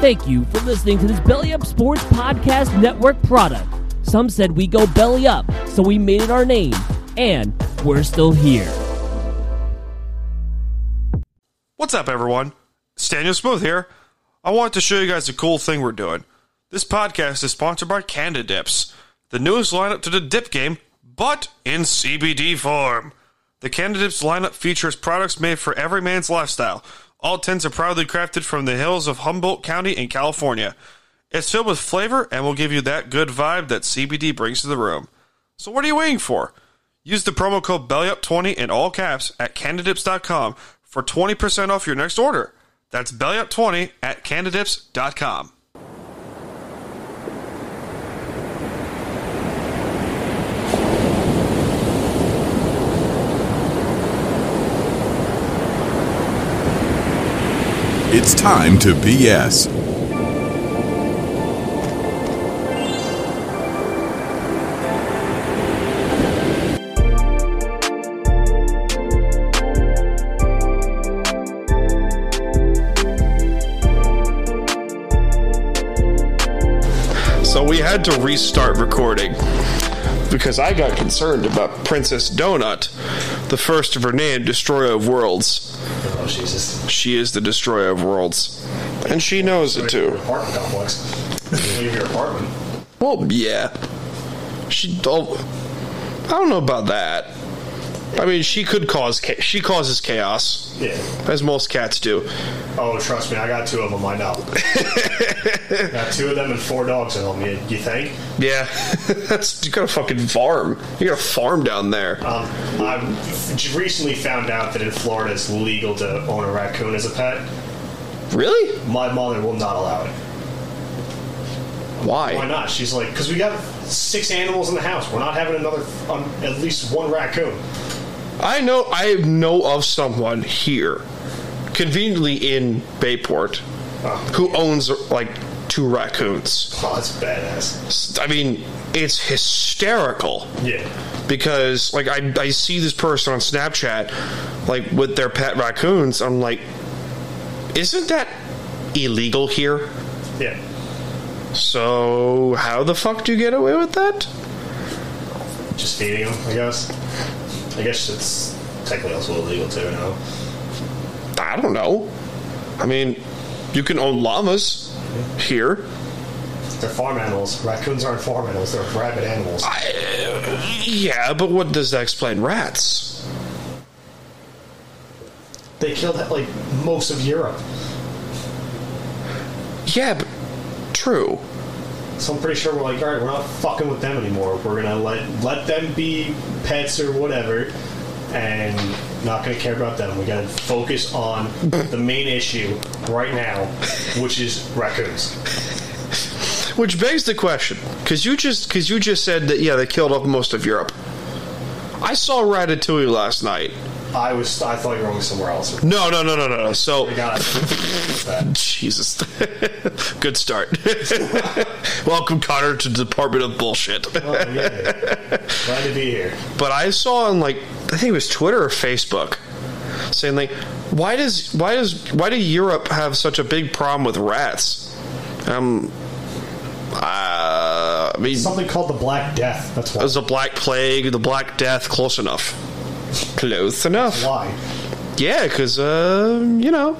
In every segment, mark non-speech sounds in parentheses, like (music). Thank you for listening to this Belly Up Sports Podcast Network product. Some said we go belly up, so we made it our name, and we're still here. What's up, everyone? It's Daniel Smooth here. I want to show you guys a cool thing we're doing. This podcast is sponsored by Canada Dips, the newest lineup to the dip game, but in CBD form. The Canada Dips lineup features products made for every man's lifestyle. All tins are proudly crafted from the hills of Humboldt County in California. It's filled with flavor and will give you that good vibe that CBD brings to the room. So what are you waiting for? Use the promo code BELLYUP20 in all caps at candidips.com for 20% off your next order. That's BELLYUP20 at candidips.com. It's time to BS. So we had to restart recording because I got concerned about Princess Donut, the first of her name, destroyer of worlds. Oh, Jesus. She is the destroyer of worlds, and she knows it too. Apartment complex. Leave your apartment. Well, yeah. She don't. I don't know about that. I mean, she could cause cha- she causes chaos, Yeah. as most cats do. Oh, trust me, I got two of them lined up. got two of them and four dogs at home. You, you think? Yeah, (laughs) that's you got a fucking farm. You got a farm down there. Um, I f- recently found out that in Florida it's legal to own a raccoon as a pet. Really? My mother will not allow it. Why Why? not? She's like, because we got six animals in the house. We're not having another, um, at least one raccoon. I know. I know of someone here, conveniently in Bayport, Oh, who owns like two raccoons. oh that's badass. I mean, it's hysterical. Yeah. because like I, I see this person on Snapchat like with their pet raccoons. I'm like, isn't that illegal here? Yeah. So how the fuck do you get away with that? Just feeding them, I guess. I guess it's technically also illegal too now. I don't know. I mean, you can own llamas here. They're farm animals. Raccoons aren't farm animals. They're rabid animals. I, yeah, but what does that explain? Rats. They killed like most of Europe. Yeah, but true. So I'm pretty sure we're like, all right, we're not fucking with them anymore. We're gonna let let them be pets or whatever, and not gonna care about them. We gotta focus on the main issue right now, which is raccoons. Which begs the question, because you just because you just said that yeah they killed off most of Europe. I saw Ratatouille last night. I was I thought you were going somewhere else. Oh No, no, no, no, no. no. So I got that. Jesus, (laughs) good start. (laughs) Welcome Connor to the Department of Bullshit. (laughs) Oh, yeah. (laughs) Glad to be here. But I saw on like I think it was Twitter or Facebook saying like why does why does why do Europe have such a big problem with rats? Um, uh, I mean, it Something called the Black Death. That's why. was the Black Plague, the Black Death, close enough, close enough. Why? Yeah, because uh, you know,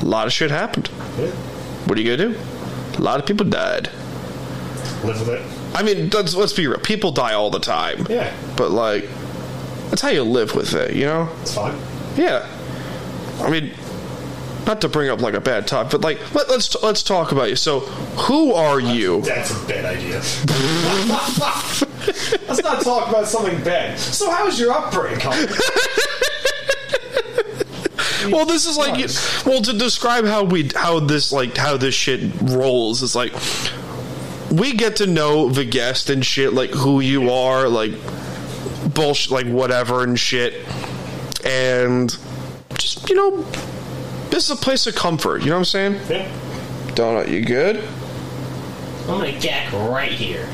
a lot of shit happened. What are you gonna do? A lot of people died. Live with it. I mean, let's, let's be real. People die all the time. Yeah, But like, that's how you live with it, you know? it's fine. Yeah. I mean, not to bring up like a bad topic, but like, let, let's let's talk about you. So, who are you? That's a bad idea. (laughs) Let's not talk about something bad. So, how was your (laughs) upbringing? Colin? Well, this is like, well, to describe how we how this like how this shit rolls is like, we get to know the guest and shit, like who you are, like bullshit, like whatever and shit, and just you know, this is a place of comfort. You know what I'm saying? Yeah. Donut, you good? I'm gonna gack right here.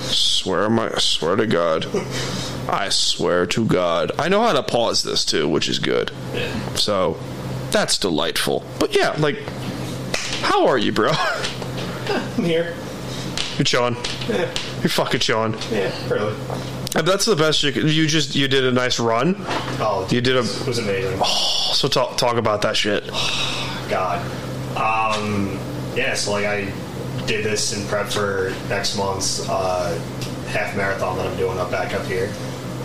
Swear my swear to God. I swear to God. I know how to pause this too, which is good. So that's delightful. But yeah, like How are you, bro? (laughs) I'm here. You're chilling. Yeah, You're fucking chilling. yeah, really. Uh, That's the best you could. You just you did a nice run. Oh, You did a- it was amazing. So talk talk about that shit. God. Um, yeah, so like I did this in prep for next month's uh, half marathon that I'm doing up back up here.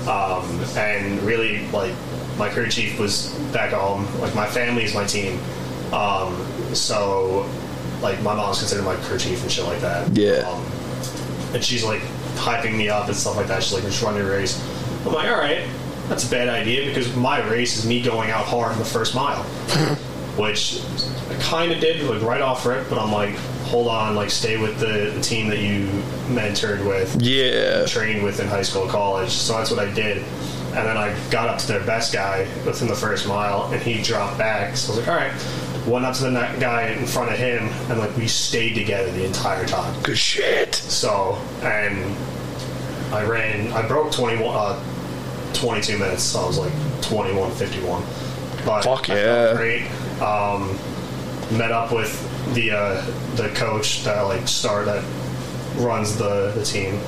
Um, and really, like, my crew chief was back home. Like, my family is my team. Um, so, like, my mom's considered my crew chief and shit like that. Yeah. Um, and she's like hyping me up and stuff like that. She's like, "We're just running a race." I'm like, "All right, that's a bad idea because my race is me going out hard in the first mile, which I kind of did like right off rip." But I'm like, "Hold on, like stay with the, the team that you mentored with, Yeah. trained with in high school, and college." So that's what I did. And then I got up to their best guy within the first mile, and he dropped back. So I was like, "All right." Went up to the ne- guy in front of him, and like we stayed together the entire time. Good shit. So, and I ran, I broke 21, uh, 22 minutes, so I was like 21.51. But Fuck I felt yeah. Great. Um, met up with the uh, the coach that like star that runs the, the team.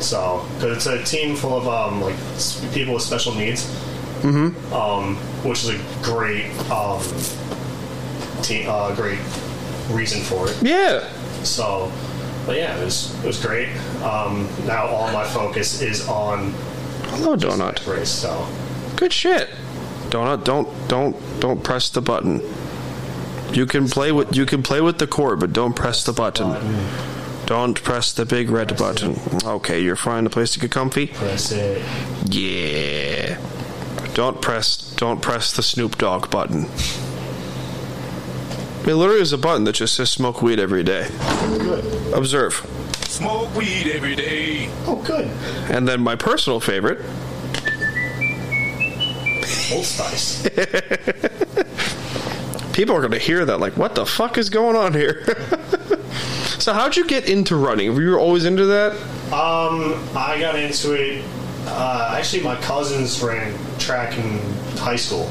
So, because it's a team full of um, like s- people with special needs, mm-hmm. um, which is a great um, team, uh, great reason for it. Yeah. So, but yeah, it was it was great. Um, now all my focus is on Hello, donut. race. So Good shit. Donut, don't don't don't press the button. You can play with you can play with the cord, but don't press the button. Don't press the big red button. Okay, you're finding a place to get comfy. press it. Yeah. Don't press don't press the Snoop Dogg button. It literally is a button that just says smoke weed every day. Good. Observe. Smoke weed every day. Oh, good. And then my personal favorite, Old Spice. people are going to hear that like what the fuck is going on here? (laughs) so how'd you get into running? Were you always into that? um, I got into it. Uh, actually, my cousins ran track in high school.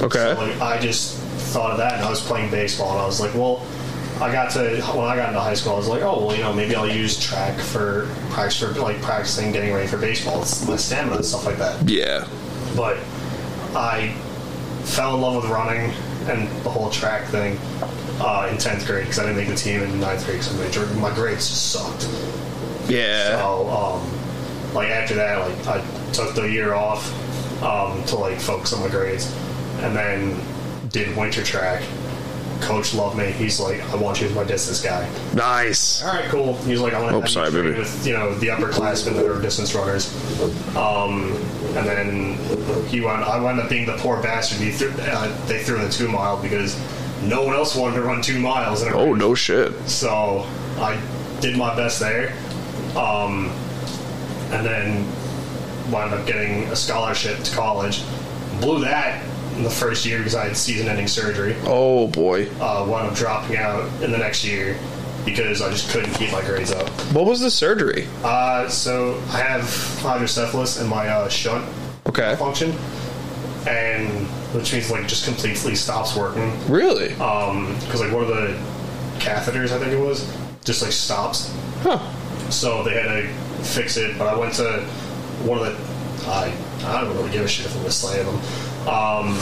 Okay. So, like, I just thought of that, and I was playing baseball, and I was like, well. I got to when I got into high school. I was like, oh well, you know, maybe I'll use track for practice for like practicing, getting ready for baseball. It's my stamina and stuff like that. yeah. but I fell in love with running and the whole track thing uh, in 10th grade because I didn't make the team in 9th grade because my, my grades sucked. Yeah. So, um, like, after that, like, I took the year off um, to, like, focus on my grades and then did winter track. Coach loved me. He's like, I want you as my distance guy. Nice. All right, cool. He's like, I want to Oh, sorry, train baby. with you know the upperclassmen that are distance runners, um, and then he went. I wound up being the poor bastard. He threw, uh, they threw in the two mile because no one else wanted to run two miles. In a Oh no shit. so I did my best there, um, and then wound up getting a scholarship to college. Blew that in the first year because I had season-ending surgery Oh boy. uh, wound up dropping out in the next year because I just couldn't keep my grades up. What was the surgery? Uh, so I have hydrocephalus in my uh, shunt Okay. function, and which means like just completely stops working. Really? Because like one of the catheters, I think it was, just like stops. Huh. So they had to fix it. But I went to one of the I I don't really give a shit if I'm gonna slay them. Um,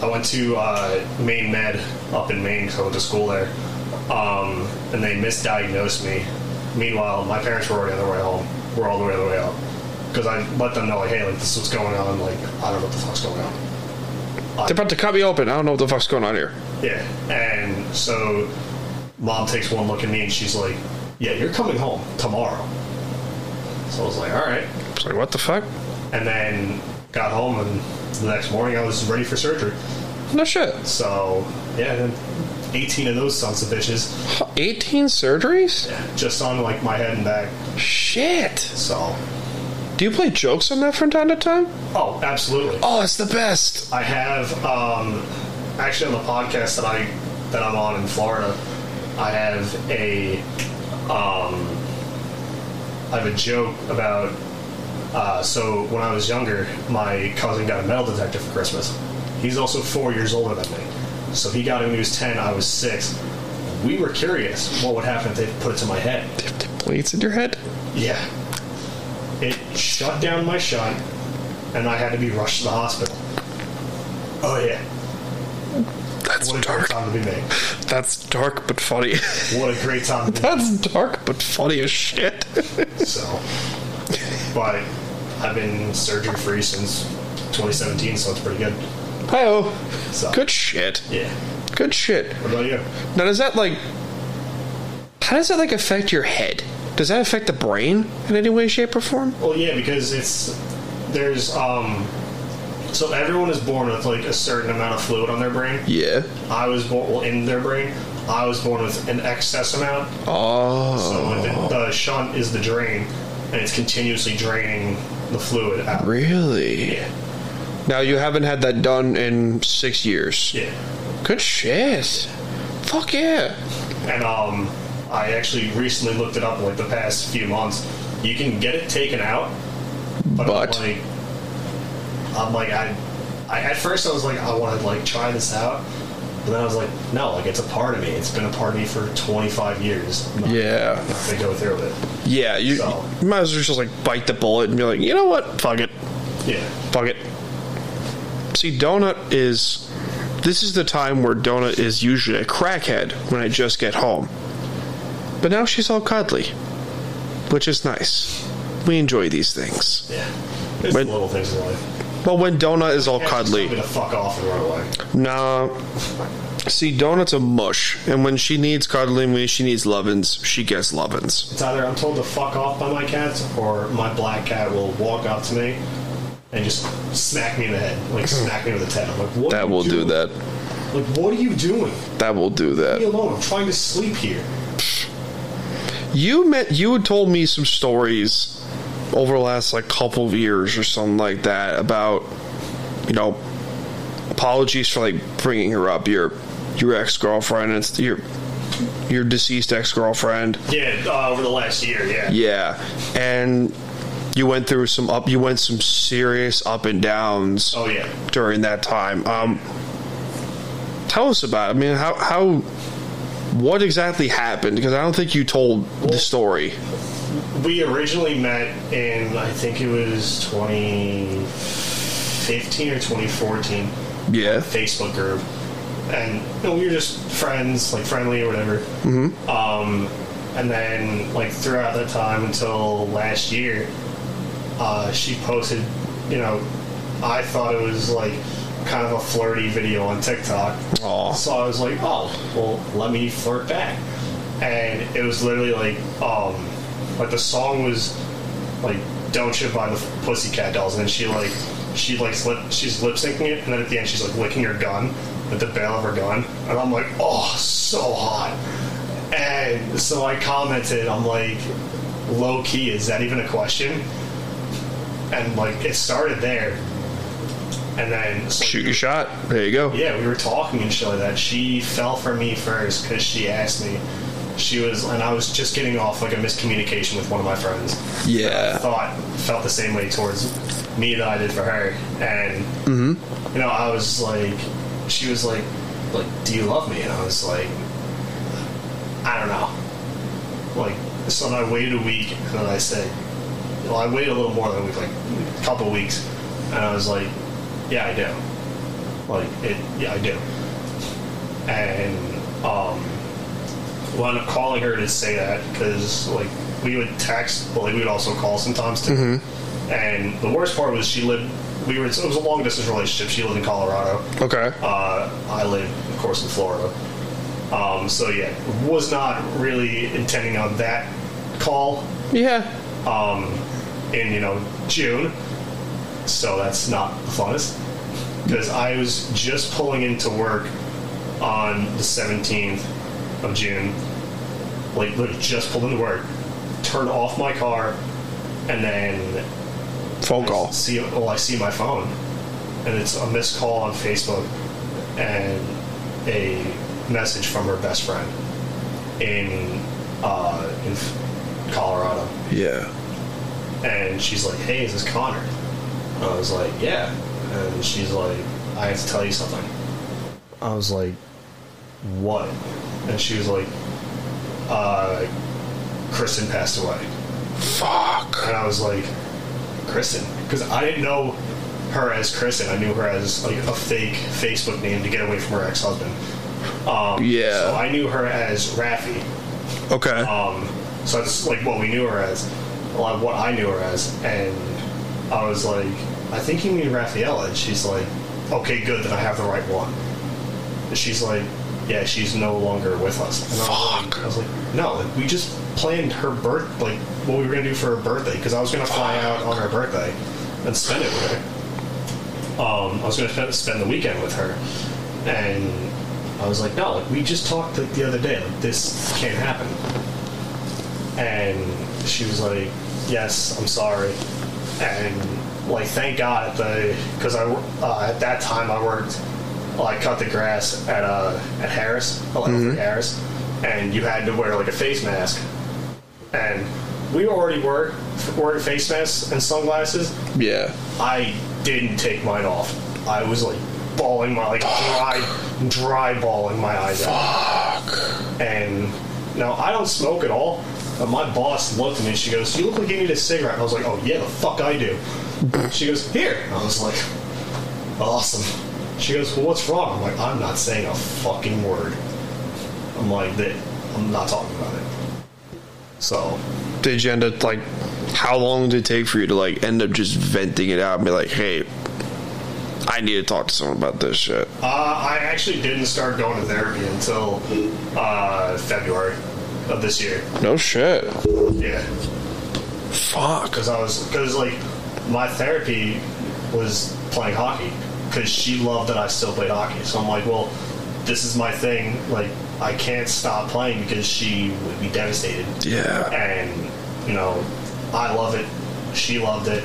I went to uh, Maine Med up in Maine 'cause I went to school there, um, and they misdiagnosed me. Meanwhile, my parents were already on their way home. We're all the way on the way out because I let them know like, hey, like this is what's going on. Like I don't know what the fuck's going on. They're about to cut me open. I don't know what the fuck's going on here. Yeah, and so mom takes one look at me and she's like, "Yeah, you're coming home tomorrow." So I was like, "All right," It's like what the fuck? and then got home and the next morning I was ready for surgery. No shit. So yeah, then eighteen of those sons of bitches Huh, 18 surgeries? just on like my head and back. Shit. So Do you play jokes on that from time to time? oh, absolutely. Oh, it's the best. I have um, actually on the podcast that I that I'm on in Florida, I have a um, I have a joke about. Uh, so when I was younger, my cousin got a metal detector for Christmas. He's also four years older than me, so he got it when he was ten. I was six. we were curious what would happen if they put it to my head. Plates in your head? Yeah. It shut down my shot, and I had to be rushed to the hospital. Oh, yeah. That's What a dark. great time to be made. That's dark but funny. (laughs) What a great time to be That's dark but funny as shit. made. So, but I've been surgery free since 2017, so it's pretty good. Hi So, Good shit. Yeah. Good shit. What about you? Now does that like how does that like affect your head? Does that affect the brain in any way, shape, or form? Well, yeah, because it's there's um. So everyone is born with like a certain amount of fluid on their brain. Yeah. I was born well, in their brain. I was born with an excess amount. Oh So like, the, the shunt is the drain, and it's continuously draining the fluid out. really? Yeah, Now you haven't had that done in six years. yeah. Good shit. Fuck yeah. And um, I actually recently looked it up like the past few months. You can get it taken out, but, But? I'm like, I'm like I, I at first I was like I want to like try this out, but then I was like no, like it's a part of me. It's been a part of me for 25 years. I'm not Yeah. gonna go through with Yeah, you, So- you might as well just like bite the bullet and be like, you know what? Fuck it. it. Yeah, Fuck it. See, Donut is. This is the time where Donut is usually a crackhead when I just get home. But now she's all cuddly, which is nice. We enjoy these things. yeah. It's When- the little things in life. Well, when Donut is all cuddly. Gonna fuck off and run away. Nah. See, Donut's a mush, and when she needs cuddling, when she needs lovins, she gets lovins. It's either I'm told to fuck off by my cats, or my black cat will walk up to me and just smack me in the head, like smack me with its head. I'm like, what? are That you will do doing? that. Like, what are you doing? That will do that. Leave me alone. I'm trying to sleep here. You met. You had told me some stories over the last like couple of years or something like that about, you know, apologies for like bringing her up. Your your ex girlfriend. It's your your deceased ex girlfriend. Yeah, uh, over the last year, yeah. Yeah, and you went through some up. You went some serious up and downs Oh yeah. during that time. Um, tell us about. It. I mean, how how. What exactly happened? Because I don't think you told the story. We originally met in I think it was 2015 or 2014 Yeah. Facebook group, and you know, we were just friends, like friendly or whatever. Mm-hmm. Um, and then like throughout that time until last year, uh, she posted, you know, I thought it was like kind of a flirty video on TikTok. Aw. So I was like, oh, well, let me flirt back. And it was literally like, um, like the song was like "Don't You" by the Pussycat Dolls, and then she like she like lip, she's lip syncing it, and then at the end she's like licking her gun, with the barrel of her gun, and I'm like, oh, so hot. And so I commented, I'm like, low key, is that even a question? And like it started there, and then so Shoot your shot. There you go. yeah, we were talking and shit like that. She fell for me first because she asked me. She was, and I was just getting off like a miscommunication with one of my friends. Yeah. Thought felt the same way towards me that I did for her, and you know, I was like, she was like, like, do you love me? And I was like, I don't know. Like, so then I waited a week, and then I said, well, I waited a little more than a week, like a couple weeks, and I was like, yeah, I do. Like it, yeah, I do. And um, wound up calling her to say that because like we would text, but like we would also call sometimes too. And the worst part was she lived. We were. It was a long distance relationship. She lived in Colorado. Okay. Uh, I live, of course, in Florida. Um, so yeah, was not really intending on that call Yeah. um, in you know June, so that's not the funnest because I was just pulling into work on the 17th of June, like literally just pulled into work, turned off my car, and then Phone call. see well I see my phone, and it's a missed call on Facebook, and a message from her best friend in uh, in Colorado Yeah. and she's like, "Hey, is this Connor?" And I was like, "Yeah," and she's like, "I have to tell you something." I was like, what? And she was like, uh, Kristen passed away. Fuck. And I was like, Kristen? Because I didn't know her as Kristen. I knew her as like a fake Facebook name to get away from her ex husband. Um, Yeah. So I knew her as Raffy. Okay. Um, so that's like what we knew her as, like what I knew her as, and I was like, I think you mean Raphaela, and she's like, okay, good, then I have the right one. And she's like, yeah, she's no longer with us. And Fuck. I was like, I was like no, like, we just planned her birth, like what we were gonna do for her birthday, because I was gonna fly out on her birthday and spend it with her um, I was going to spend, spend the weekend with her, and I was like, "No, like we just talked like the other day. Like this can't happen." And she was like, "Yes, I'm sorry," and like thank God at the because I wor- uh, at that time I worked like cut the grass at uh at Harris, like Harris, and you had to wear like a face mask, and we already were wearing face masks and sunglasses, yeah. I didn't take mine off. I was like bawling my like dry dry balling my eyes out. And now I don't smoke at all. But my boss looked at me and she goes, You look like you need a cigarette. And I was like, Oh yeah, the fuck I do. she goes, Here. And I was like, Awesome. She goes, Well what's wrong? I'm like, I'm not saying a fucking word. I'm like that I'm not talking about it. So Did you end up like? How long did it take for you to like end up just venting it out and be like, hey, I need to talk to someone about this shit? Uh, I actually didn't start going to therapy until uh, February of this year. No shit. Yeah, Fuck. because I was because like my therapy was playing hockey because she loved that I still played hockey. So I'm like, well, this is my thing. Like I can't stop playing because she would be devastated. Yeah. And you know, I love it. She loved it.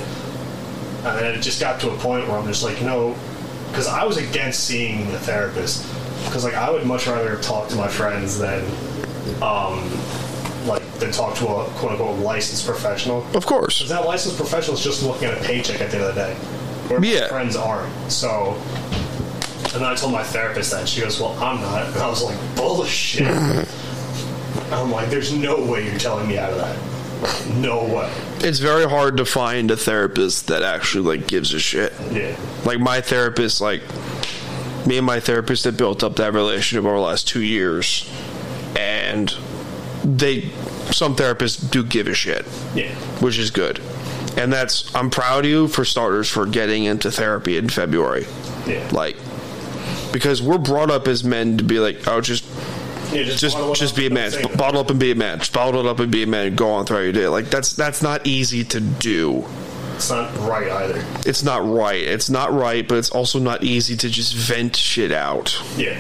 And then it just got to a point where I'm just like, you know, because I was against seeing a therapist because like I would much rather talk to my friends than, um, like than talk to a quote unquote licensed professional. Of course. Because that licensed professional is just looking at a paycheck at the end of the day. Where my Yeah. friends aren't. So, and then I told my therapist that. She goes, Well, I'm not. And I was like, (laughs) Bullshit. I'm like, There's no way you're telling me out of that. No way. It's very hard to find a therapist that actually like gives a shit. Yeah. like my therapist like me and my therapist have built up that relationship over the last two years and they some therapists do give a shit Yeah. which is good and that's i'm proud of you for starters for getting into therapy in february Yeah. like because we're brought up as men to be like oh just yeah just bottle it just up be a and man. don't say Just nothing. bottle up and be a man. Just bottle it up and be a man. And go on throughout your day. Like that's that's not easy to do It's not right either. it's not right. It's not right, but it's also not easy to just vent shit out. Yeah.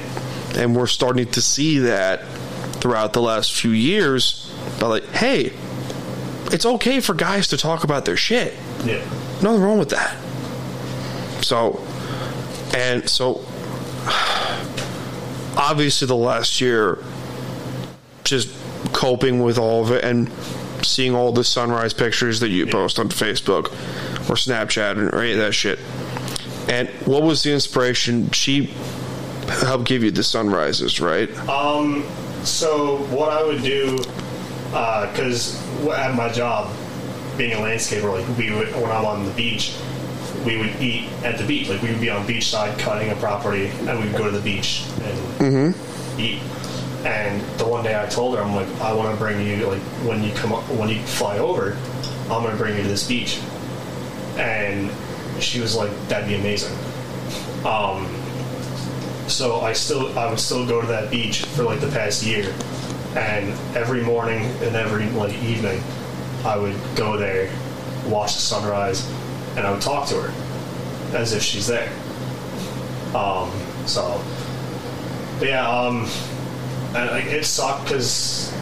And we're starting to see that throughout the last few years. By like, hey, it's okay for guys to talk about their shit. Yeah. Nothing wrong with that. So, and so, obviously, the last year, just coping with all of it and seeing all the sunrise pictures that you post on Facebook or Snapchat and or any of that shit. And what was the inspiration? She helped give you the sunrises, right? So what I would do, because at my job, being a landscaper, like we would when I'm on the beach, we would eat at the beach. Like we would be on beachside cutting a property, and we'd go to the beach and eat. And the one day I told her, I'm like, I want to bring you like when you come up, when you fly over, I'm gonna bring you to this beach. And she was like, that'd be amazing. Um, so I still I would still go to that beach for like the past year, and every morning and every like evening, I would go there, watch the sunrise, and I would talk to her, as if she's there. Um, so, but yeah, um, and like, it sucked because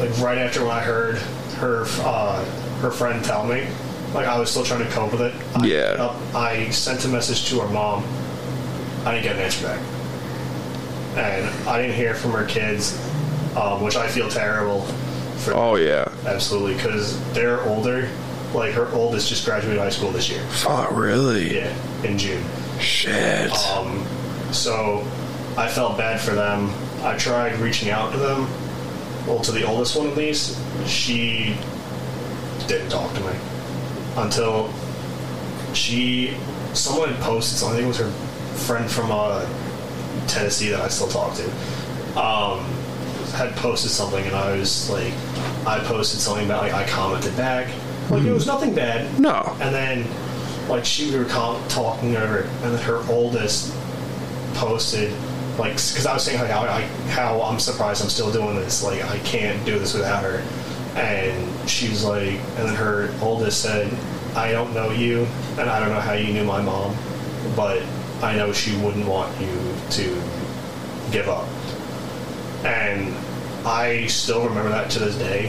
like right after when I heard her uh, her friend tell me, like I was still trying to cope with it. I, Yeah. I sent a message to her mom. I didn't get an answer back. And I didn't hear from her kids, um, which I feel terrible for. Oh, yeah. Absolutely, because they're older. Like, her oldest just graduated high school this year. Oh, really? Yeah, in June. Shit. Um, so I felt bad for them. I tried reaching out to them. Well, to the oldest one at least, she didn't talk to me until she someone had posted something. I think it was her friend from uh, Tennessee that I still talk to. Um, had posted something, and I was like, I posted something about like I commented back. Like it was nothing bad. No. And then, like she we were com- talking to her, and then her oldest posted like because I was saying like how, I, how I'm surprised I'm still doing this like I can't do this without her and she was like and then her oldest said I don't know you and I don't know how you knew my mom but I know she wouldn't want you to give up and I still remember that to this day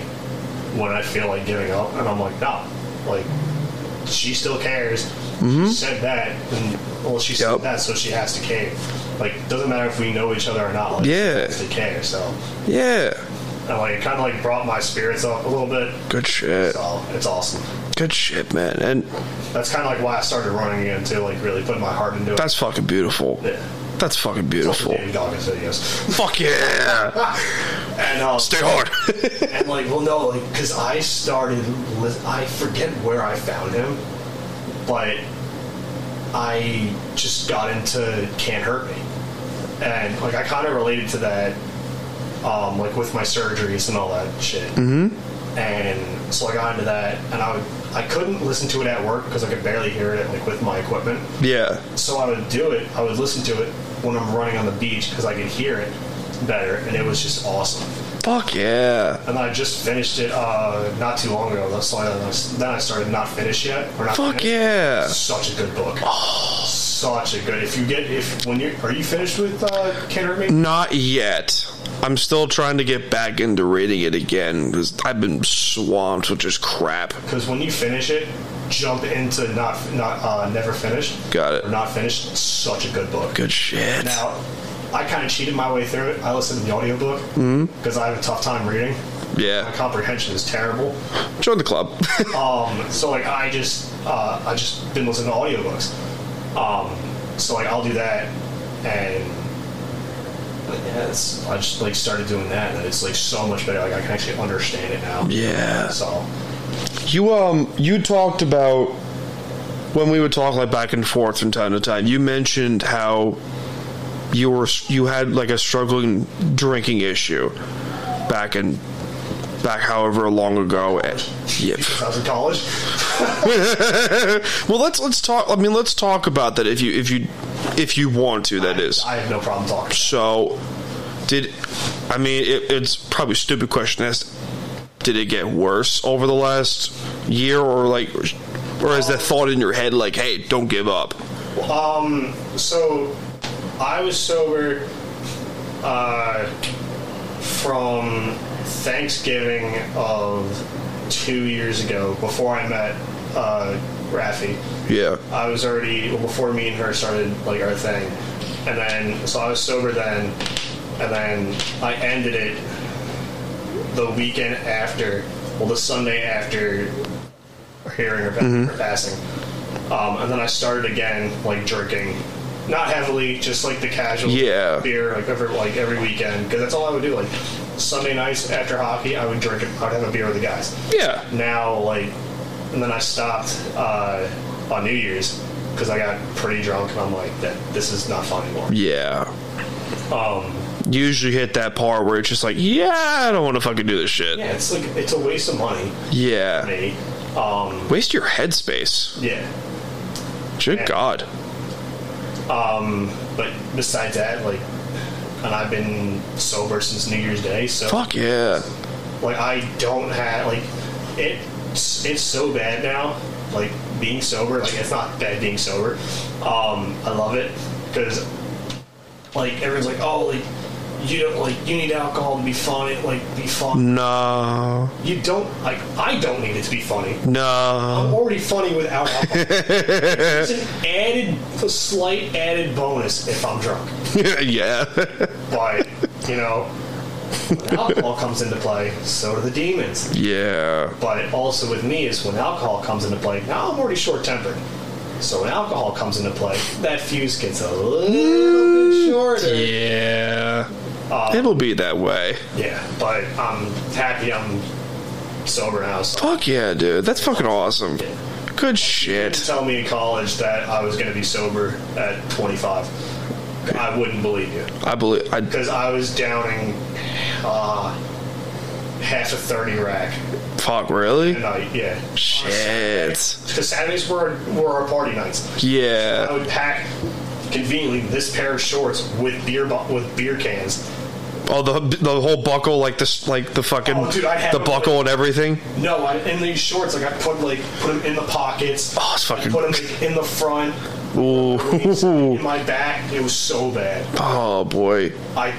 when I feel like giving up and I'm like no like she still cares Mm-hmm. she said that and well she said Yep. that so she has to care. Like, doesn't matter if we know each other or not. Like, Yeah. she has to care. So, Yeah. and, like, it kind of like brought my spirits up a little bit. Good shit. So it's awesome. Good shit, man. And That's kind of like why I started running again too. Like, really put my heart into it. that's fucking beautiful. yeah. That's fucking beautiful. David Goggins videos. Fuck yeah. (laughs) And um, Stay hard. and like, well, no, like, because I started. Li- I forget where I found him, but I just got into "Can't Hurt Me," and like I kind of related to that, um, like with my surgeries and all that shit. Mm-hmm. And so I got into that, and I would I couldn't listen to it at work because I could barely hear it like with my equipment. (laughs) yeah. So I would do it. I would listen to it when I'm running on the beach because I could hear it better, and it was just awesome Fuck yeah. and I just finished it uh, not too long ago. That's why I was- then I started not finished yet. Or not Fuck finished. yeah. Oh. Such a good book. Such a good. If you get if when you are you finished with uh, Can't Hurt Me? Not yet. I'm still trying to get back into reading it again because I've been swamped with just crap. Because when you finish it, jump into not not uh, never finished. Got it. Or not finished. Such a good book. Good shit. Now, I kind of cheated my way through it. I listened to the audiobook Mm-hmm. because I have a tough time reading. My Yeah. comprehension is terrible. Join the club. (laughs) Um, so like I just uh, I just been listening to audiobooks. Um, so like I'll do that, and but yeah, it's, I just like started doing that, and it's like so much better. Like I can actually understand it now. Yeah. So You um you talked about when we would talk like back and forth from time to time. You mentioned how you were you had like a struggling drinking issue back in back however long ago. Yep. I was in college. (laughs) well, let's let's talk. I mean, let's talk about that if you if you if you want to. That is. I have no problem talking. So, did I mean it, it's probably a stupid question to ask. Did it get worse over the last year, or like, or is that thought in your head like, hey, don't give up? Um, so I was sober uh, from Thanksgiving of two years ago before I met uh, Rafi. Yeah, I was already well, before me and her started like our thing, and then so I was sober then, and then I ended it the weekend after, well, the Sunday after hearing her, pa- her passing, um, and then I started again like jerking, not heavily, just like the casual Yeah. beer like every like every weekend because that's all I would do like Sunday nights after hockey I would drink it I would have a beer with the guys yeah, now like and then i stopped uh, on new year's because i got pretty drunk and i'm like that this is not fun anymore yeah. um You usually hit that part where it's just like, yeah, I don't want to fucking do this yeah shit. it's like it's a waste of money for Yeah, me um waste your headspace. yeah Good Yeah. God. um but besides that like and i've been sober since new year's day so Fuck yeah. like i don't have like it it's so bad now like being sober like it's not bad being sober um i love it because like everyone's like oh like you don't like you need alcohol to be funny like be fun No, you don't like i don't need it to be funny i'm no. already funny without alcohol it's an added a slight added bonus if i'm drunk (laughs) yeah. (laughs) but you know when alcohol comes into play so do the demons yeah. But also with me is when alcohol comes into play. Now I'm already short tempered, so when alcohol comes into play, that fuse gets a little bit shorter. Yeah. It'll be that way. Yeah, but I'm happy I'm sober now. So Fuck yeah, dude. That's fucking awesome. Good They shit. tell me in college that I was going to be sober at 25. I wouldn't believe you I believe. I because I was downing uh, half a 30 rack fuck a really. night. Yeah, Shit. because Saturdays were were our party nights. I Yeah. would pack conveniently this pair of shorts with beer bo- with beer cans. Oh, the the whole buckle, like this, like the fucking Oh, dude, I had the one. buckle and everything. No, I, in these shorts, like I put like put them in the pockets. Oh, it's fucking- Put them like, in the front. Ooh. (laughs) In my back, it was so bad. Oh boy. I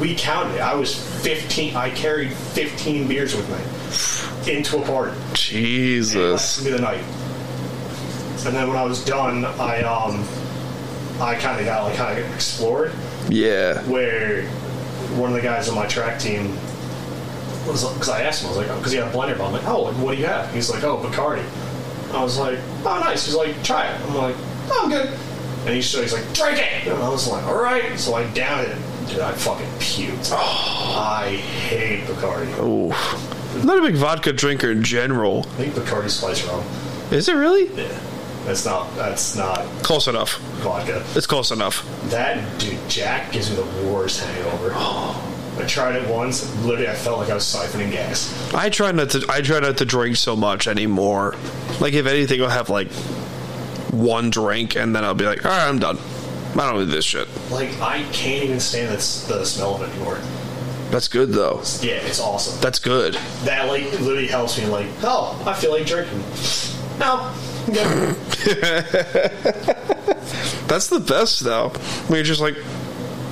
we counted. I was 15. I carried 15 beers with me into a party. It Jesus. lasted me the night. And then when I was done, I um, I kind of got like kind of explored. Yeah. Where one of the guys on my track team was because I asked him, I was like, because he had a blender, but I'm like, oh, like, what do you have? He's like, oh, Bacardi. I was like, oh, nice. He's like, try it. I'm like, oh, I'm good. And he's, he's like, drink it. And I was like, all right. So I downed it. Dude, I fucking puked. I hate Bacardi. Ooh. I'm not a big vodka drinker in general. I think Bacardi spice rum. Is it really? Yeah. That's not. That's not Close enough. vodka. It's close enough. That dude Jack gives me the worst hangover. I tried it once. Literally, I felt like I was siphoning gas. I try not to. I try not to drink so much anymore. Like if anything, I'll have like one drink and then I'll be like, all right, I'm done. I don't need this shit. Like I can't even stand the, the smell of it anymore. That's good though. Yeah, it's awesome. That's good. That like literally helps me. Like, oh, I feel like drinking. No, I'm (laughs) good. That's the best though. When you're just like,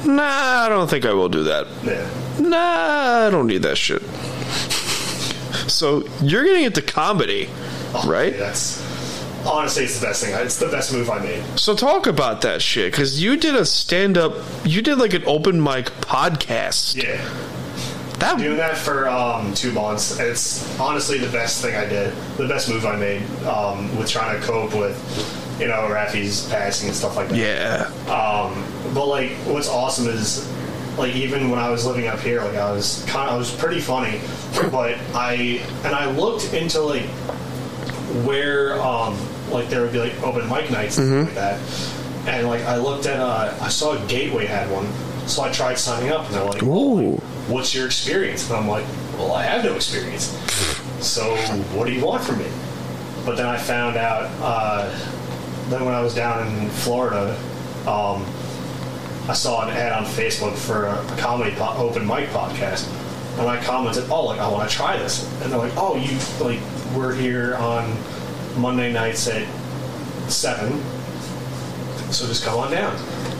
nah, I don't think I will do that. yeah. Nah, I don't need that shit. (laughs) So you're getting into comedy, Oh, right? yeah, that's honestly, it's the best thing. It's the best move I made. So talk about that shit because you did a stand up. You did like an open mic podcast. Yeah, That doing that for um, two months. It's honestly the best thing I did. The best move I made um, with trying to cope with, you know, Rafi's passing and stuff like that. yeah. Um, but like, what's awesome is, like, even when I was living up here, like, I was kind of, I was pretty funny, (laughs) but I and I looked into like where, um, like there would be like open mic nights and stuff like that, and like I looked at, uh, I saw Gateway had one, so I tried signing up, and they're like, Ooh. "What's your experience?" And I'm like, "Well, I have no experience, so what do you want from me?" But then I found out. Uh, then when I was down in Florida, um, I saw an ad on Facebook for a, a comedy po- open mic podcast, and I commented, "Oh, like I want to try this," and they're like, "Oh, you like we're here on Monday nights at seven, so just come on down."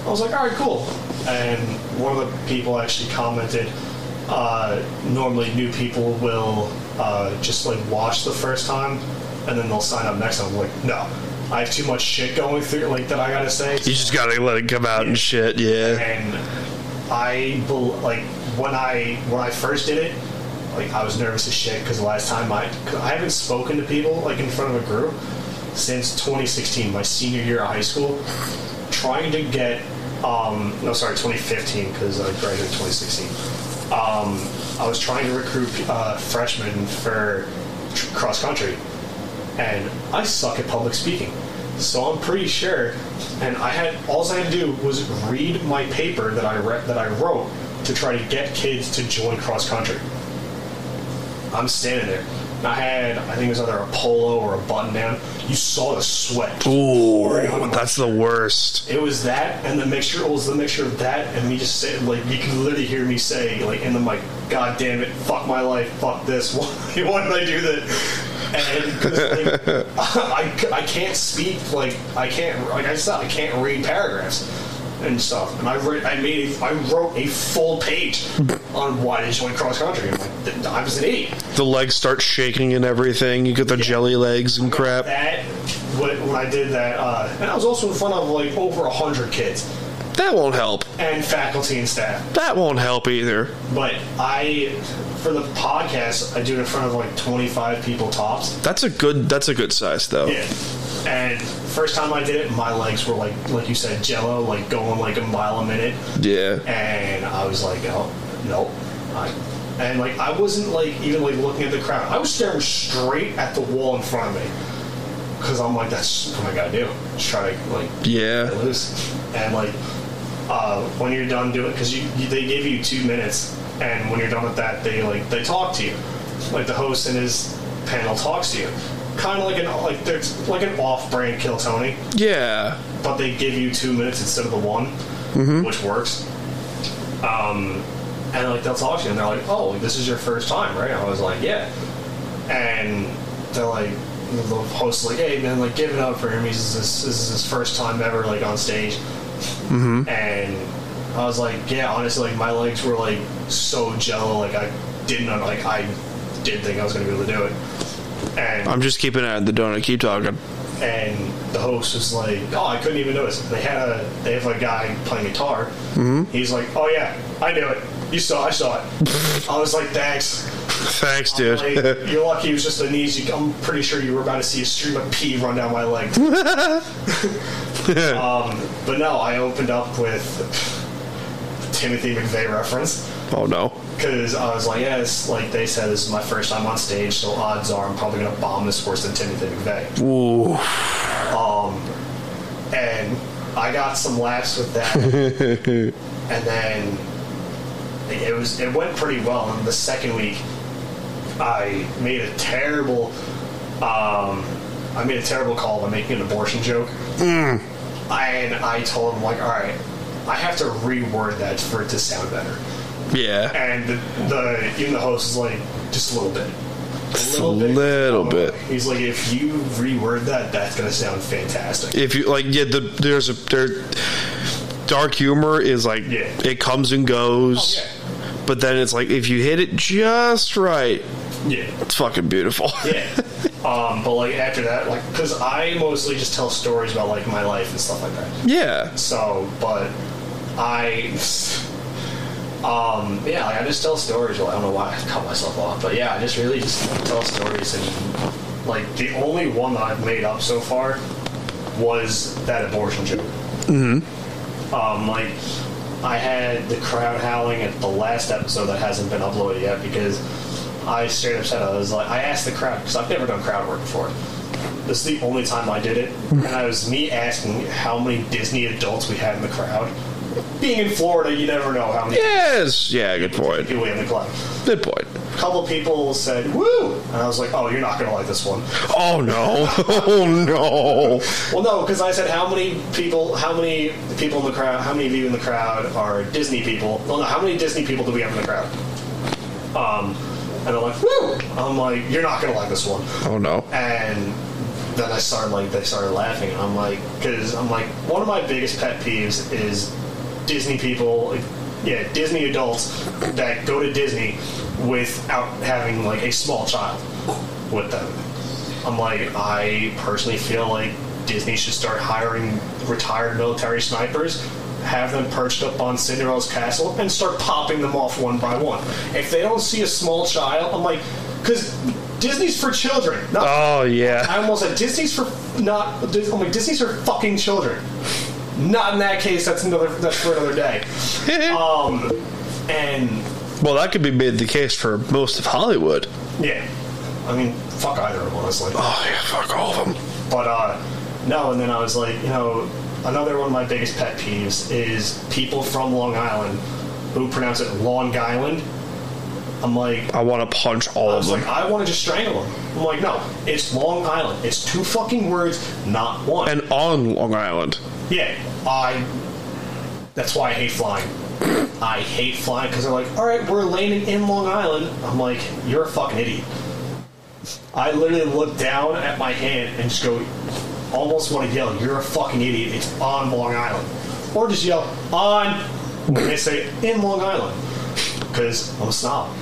I was like, "All right, cool." And one of the people actually commented. Uh, normally, new people will uh, just like watch the first time, and then they'll sign up next time. I'm like, no, I have too much shit going through, like that I gotta say. You just gotta let it come out and shit. Yeah. and I bel- like when I when I first did it, like I was nervous as shit because the last time I cause I haven't spoken to people like in front of a group since 2016, my senior year of high school, trying to get um no sorry 2015 because I graduated 2016. Um, I was trying to recruit uh, freshmen for tr- cross country and I suck at public speaking. So I'm pretty sure, and I had all I had to do was read my paper that I re- that I wrote to try to get kids to join cross country. I'm standing there. And I had, I think it was either a polo or a button down. You saw the sweat. Ooh, that's the worst. It was that, and the mixture it was the mixture of that, and me just saying, like, you can literally hear me say, like, in the mic, God damn it, fuck my life, fuck this, (laughs) why, why did I do that? And 'cause, like, (laughs) I, c- I can't speak, like, I can't, like I said, I can't read paragraphs and stuff. And I read, I made, a, I wrote a full page on why did you join cross country. I'm like, "Th- I was an idiot. The legs start shaking and everything. You get the jelly legs and crap. That, when, when I did that, uh, and I was also in front of, like, over 100 kids That won't help. and faculty and staff. That won't help either. But I, for the podcast, I do it in front of like 25 people tops. That's a good. That's a good size though. Yeah. And first time I did it, my legs were like, like you said, jello, like going like a mile a minute. Yeah. And I was like, oh, nope. I, and like I wasn't like even like looking at the crowd. I was staring straight at the wall in front of me. Cause I'm like, that's what I gotta do. Just try to like I Yeah. lose. And like uh, when you're done doing, because you, you they give you two minutes, and when you're done with that, they like they talk to you, like the host and his panel talks to you, kind of like an like there's like an off-brand Kill Tony, Yeah. but they give you two minutes instead of the one, which works. Um, and like they'll talk to you, and they're like, "Oh, this is your first time, right?" I was like, "Yeah," and they're like, the the host is like, "Hey, man, like, give it up for him. He's this, this is his first time ever, like, on stage." And I was like, "Yeah, honestly, like, my legs were like so jello, like, I didn't, know- like, I didn't think I was gonna be able to do it." And I'm just keeping at the donut. Keep talking. and the host was like, "Oh, I couldn't even notice." They had a they have a guy playing guitar. He's like, "Oh yeah, I knew it. You saw, I saw it." I was like, "Thanks." Thanks, I'm dude. (laughs) like, You're lucky it was just the knees. You- I'm pretty sure you were about to see a stream of pee run down my leg. (laughs) um, but no, I opened up with Timothy McVeigh reference oh no. because I was like, yeah, it's like they said, this is my first time on stage, so odds are I'm probably gonna bomb this worse than Timothy McVeigh. Ooh. Um, and I got some laughs with (laughs) that, and then it was it went pretty well. And the second week, I made a terrible, um, I made a terrible call by making an abortion joke, Mm. and I told him like, all right, I have to reword that for it to sound better Yeah. and the, the even the host is like just a little bit Just a little bit. he's like if you reword that that's gonna sound fantastic If you like, yeah. The, there's a there. Dark humor is like Yeah. it comes and goes, Oh, yeah. but then it's like if you hit it just right, yeah it's fucking beautiful. yeah um but like after that like because i mostly just tell stories about like my life and stuff like that yeah. so but i um yeah like, i just tell stories well, i don't know why i cut myself off but yeah i just really just tell stories and like the only one that i've made up so far was that abortion joke mm-hmm. um like i had the crowd howling at the last episode that hasn't been uploaded yet because i straight up said i was like i asked the crowd because i've never done crowd work before this is the only time I did it, and I was me asking how many Disney adults we had in the crowd. Being in Florida, you never know how (laughs) many Yes. Yeah. Good point. people we had in the crowd. Good point. A couple people said "woo," and I was like, "Oh, you're not gonna like this one." Oh no. (laughs) Oh Well, no, because I said how many people, how many people in the crowd, how many of you in the crowd are Disney people? Well, no, how many Disney people do we have in the crowd? Um, and they're like, "Woo!" I'm like, "You're not gonna like this one." no. Oh no. and then I started like they started laughing. I'm like, because I'm like one of my biggest pet peeves is Disney people, like, yeah, Disney adults that go to Disney without having like a small child with them. I'm like, I personally feel like Disney should start hiring retired military snipers. Have them perched up on Cinderella's castle and start popping them off one by one. If they don't see a small child, I'm like, because Disney's for children, not Oh yeah. I almost said Disney's for not. I'm like Disney's for fucking children. Not in that case. That's another. That's for another day. Um, and Well, that could be made the case for most of Hollywood. yeah, I mean, fuck either of them, honestly. Oh yeah. Fuck all of them. But uh, no. And then I was like, you know, another one of my biggest pet peeves is people from Long Island who pronounce it Long Island. I'm like, I want to punch all I of was them. like, I want to just strangle them. I'm like, no, it's Long Island. It's two fucking words, not one. and on Long Island. Yeah, I. That's why I hate flying. I hate flying because they're like, all right, we're landing in Long Island. I'm like, you're a fucking idiot. I literally look down at my hand and just go, almost want to yell, you're a fucking idiot. It's on Long Island. Or just yell, on, when they say in Long Island. Because I'm a snob.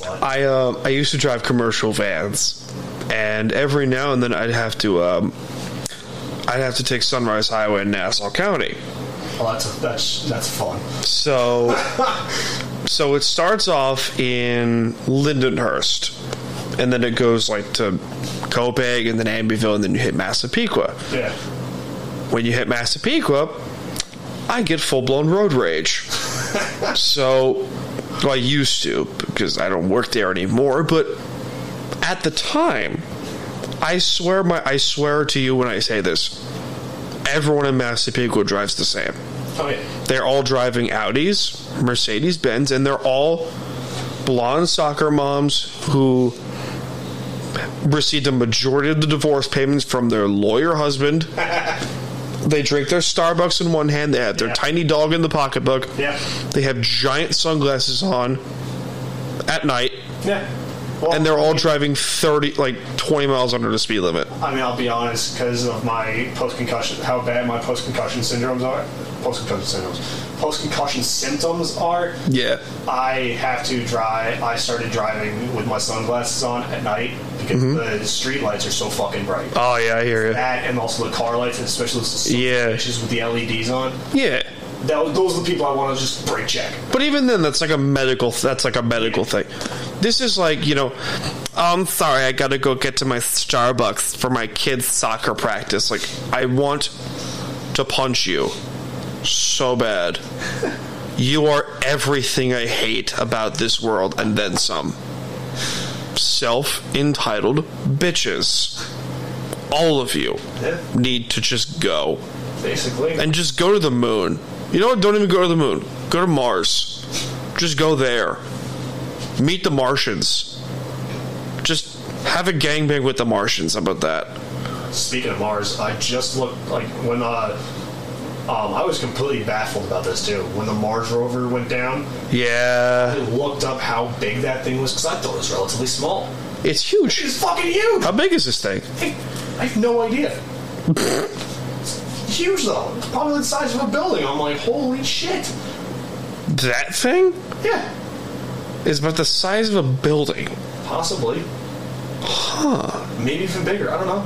But- I uh, I used to drive commercial vans, and every now and then I'd have to um, I'd have to take Sunrise Highway in Nassau County. well, that's, that's, that's fun. (laughs) So so it starts off in Lindenhurst, and then it goes like to Copeg, and then Abbeville, and then you hit Massapequa. Yeah. When you hit Massapequa, I get full blown road rage. so, well, I used to because I don't work there anymore. But at the time, I swear my I swear to you when I say this, everyone in Massapequa drives the same. Oh yeah. They're all driving Audis, Mercedes Benz, and they're all blonde soccer moms who received a majority of the divorce payments from their lawyer husband. (laughs) they drink their Starbucks in one hand, they have their Yeah. tiny dog in the pocketbook, Yeah. they have giant sunglasses on at night, Yeah. Well, and they're all driving 30, like 20 miles under the speed limit. I mean, I'll be honest, because of my post concussion, how bad my post concussion syndromes are. Post concussion syndromes. Post concussion symptoms are. Yeah. I have to drive. I started driving with my sunglasses on at night because Mm-hmm. the street lights are so fucking bright. Oh, yeah, I hear you. That and also the car lights, and especially the sun Yeah. switches with the LEDs on. Yeah. That, those are the people I want to just brake check. But even then, that's like a medical. That's like a medical thing. This is like you know. I'm sorry, I gotta go get to my Starbucks for my kids' soccer practice. Like I want to punch you so bad. You are everything I hate about this world, and then some. Self entitled bitches. All of you Yeah. need to just go Basically. and just go to the moon. You know what? Don't even go to the moon. Go to Mars. Just go there. Meet the Martians. Just have a gangbang with the Martians. How about that? Speaking of Mars, I just looked like when uh, um, I was completely baffled about this too. When the Mars rover went down, I Yeah. looked up how big that thing was because I thought it was relatively small. It's huge. It's fucking huge. How big is this thing? I, I have no idea. It's huge though. It's probably the size of a building. I'm like, holy shit. That thing Yeah, is about the size of a building. possibly. Huh? Maybe even bigger. I don't know.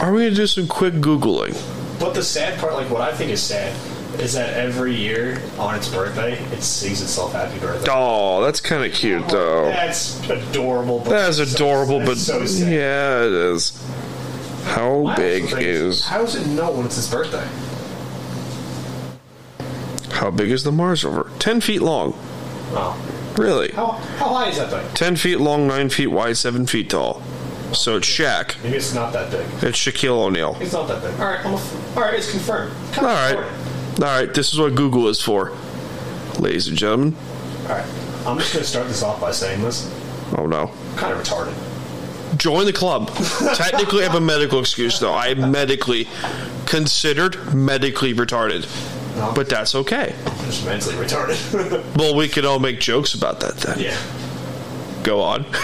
Are we gonna do some quick googling? But the sad part, like what I think is sad, is that every year on its birthday, it sings itself happy birthday. Oh, that's kind of cute though. That's adorable. But That's so- adorable, that's but so sad. yeah, it is. How My big thing is How does it know when it's his birthday? how big is the Mars rover? Ten feet long. Oh, Really? how how high is that thing? 10 feet long, 9 feet wide, 7 feet tall. So it's Shaq. Maybe it's not that big. It's Shaquille O'Neal. It's not that big. All right, I'm a f- all right. It's confirmed. All Come right. forward. All right. This is what Google is for, ladies and gentlemen. All right. I'm just gonna start this off by saying this. Oh, no. I'm kind of retarded. Join the club. Technically, I have a medical excuse, though. I'm medically considered medically retarded. No. But that's okay. I'm just mentally retarded. (laughs) Well, we can all make jokes about that then. yeah. Go on. (laughs)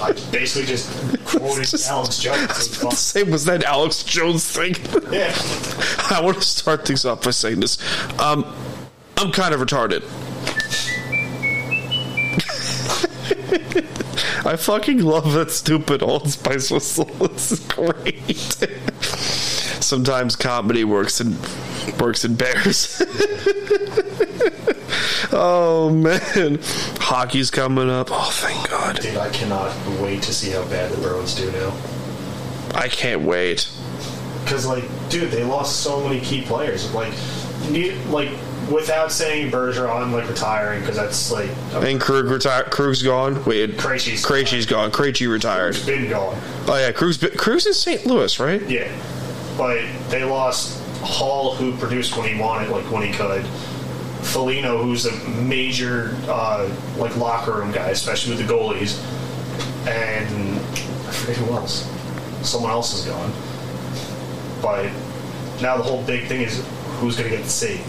I basically just quoted (laughs) Just- Alex Jones. Same was that Alex Jones thing. (laughs) yeah. I want to start things off by saying this. Um, I'm kind of retarded. (laughs) I fucking love that stupid old Spice whistle. (laughs) This is great. (laughs) Sometimes comedy works in works in bears. (laughs) oh man, hockey's coming up. Oh thank God! Dude, I cannot wait to see how bad the Bruins do now. I can't wait. Because like, dude, they lost so many key players. Like, ne- like without saying Bergeron like retiring because that's like a And Krug retired. Krug's gone. Wait, Krejci's- Krejci's gone. Krejci retired. been gone. Oh yeah, Cruz. Cruz in St. Louis, right? Yeah, but they lost Hall, who produced when he wanted, like when he could. Felino, who's a major uh, like locker room guy, especially with the goalies, and I forget who else. Someone else is gone. But now the whole big thing is who's going to get the C.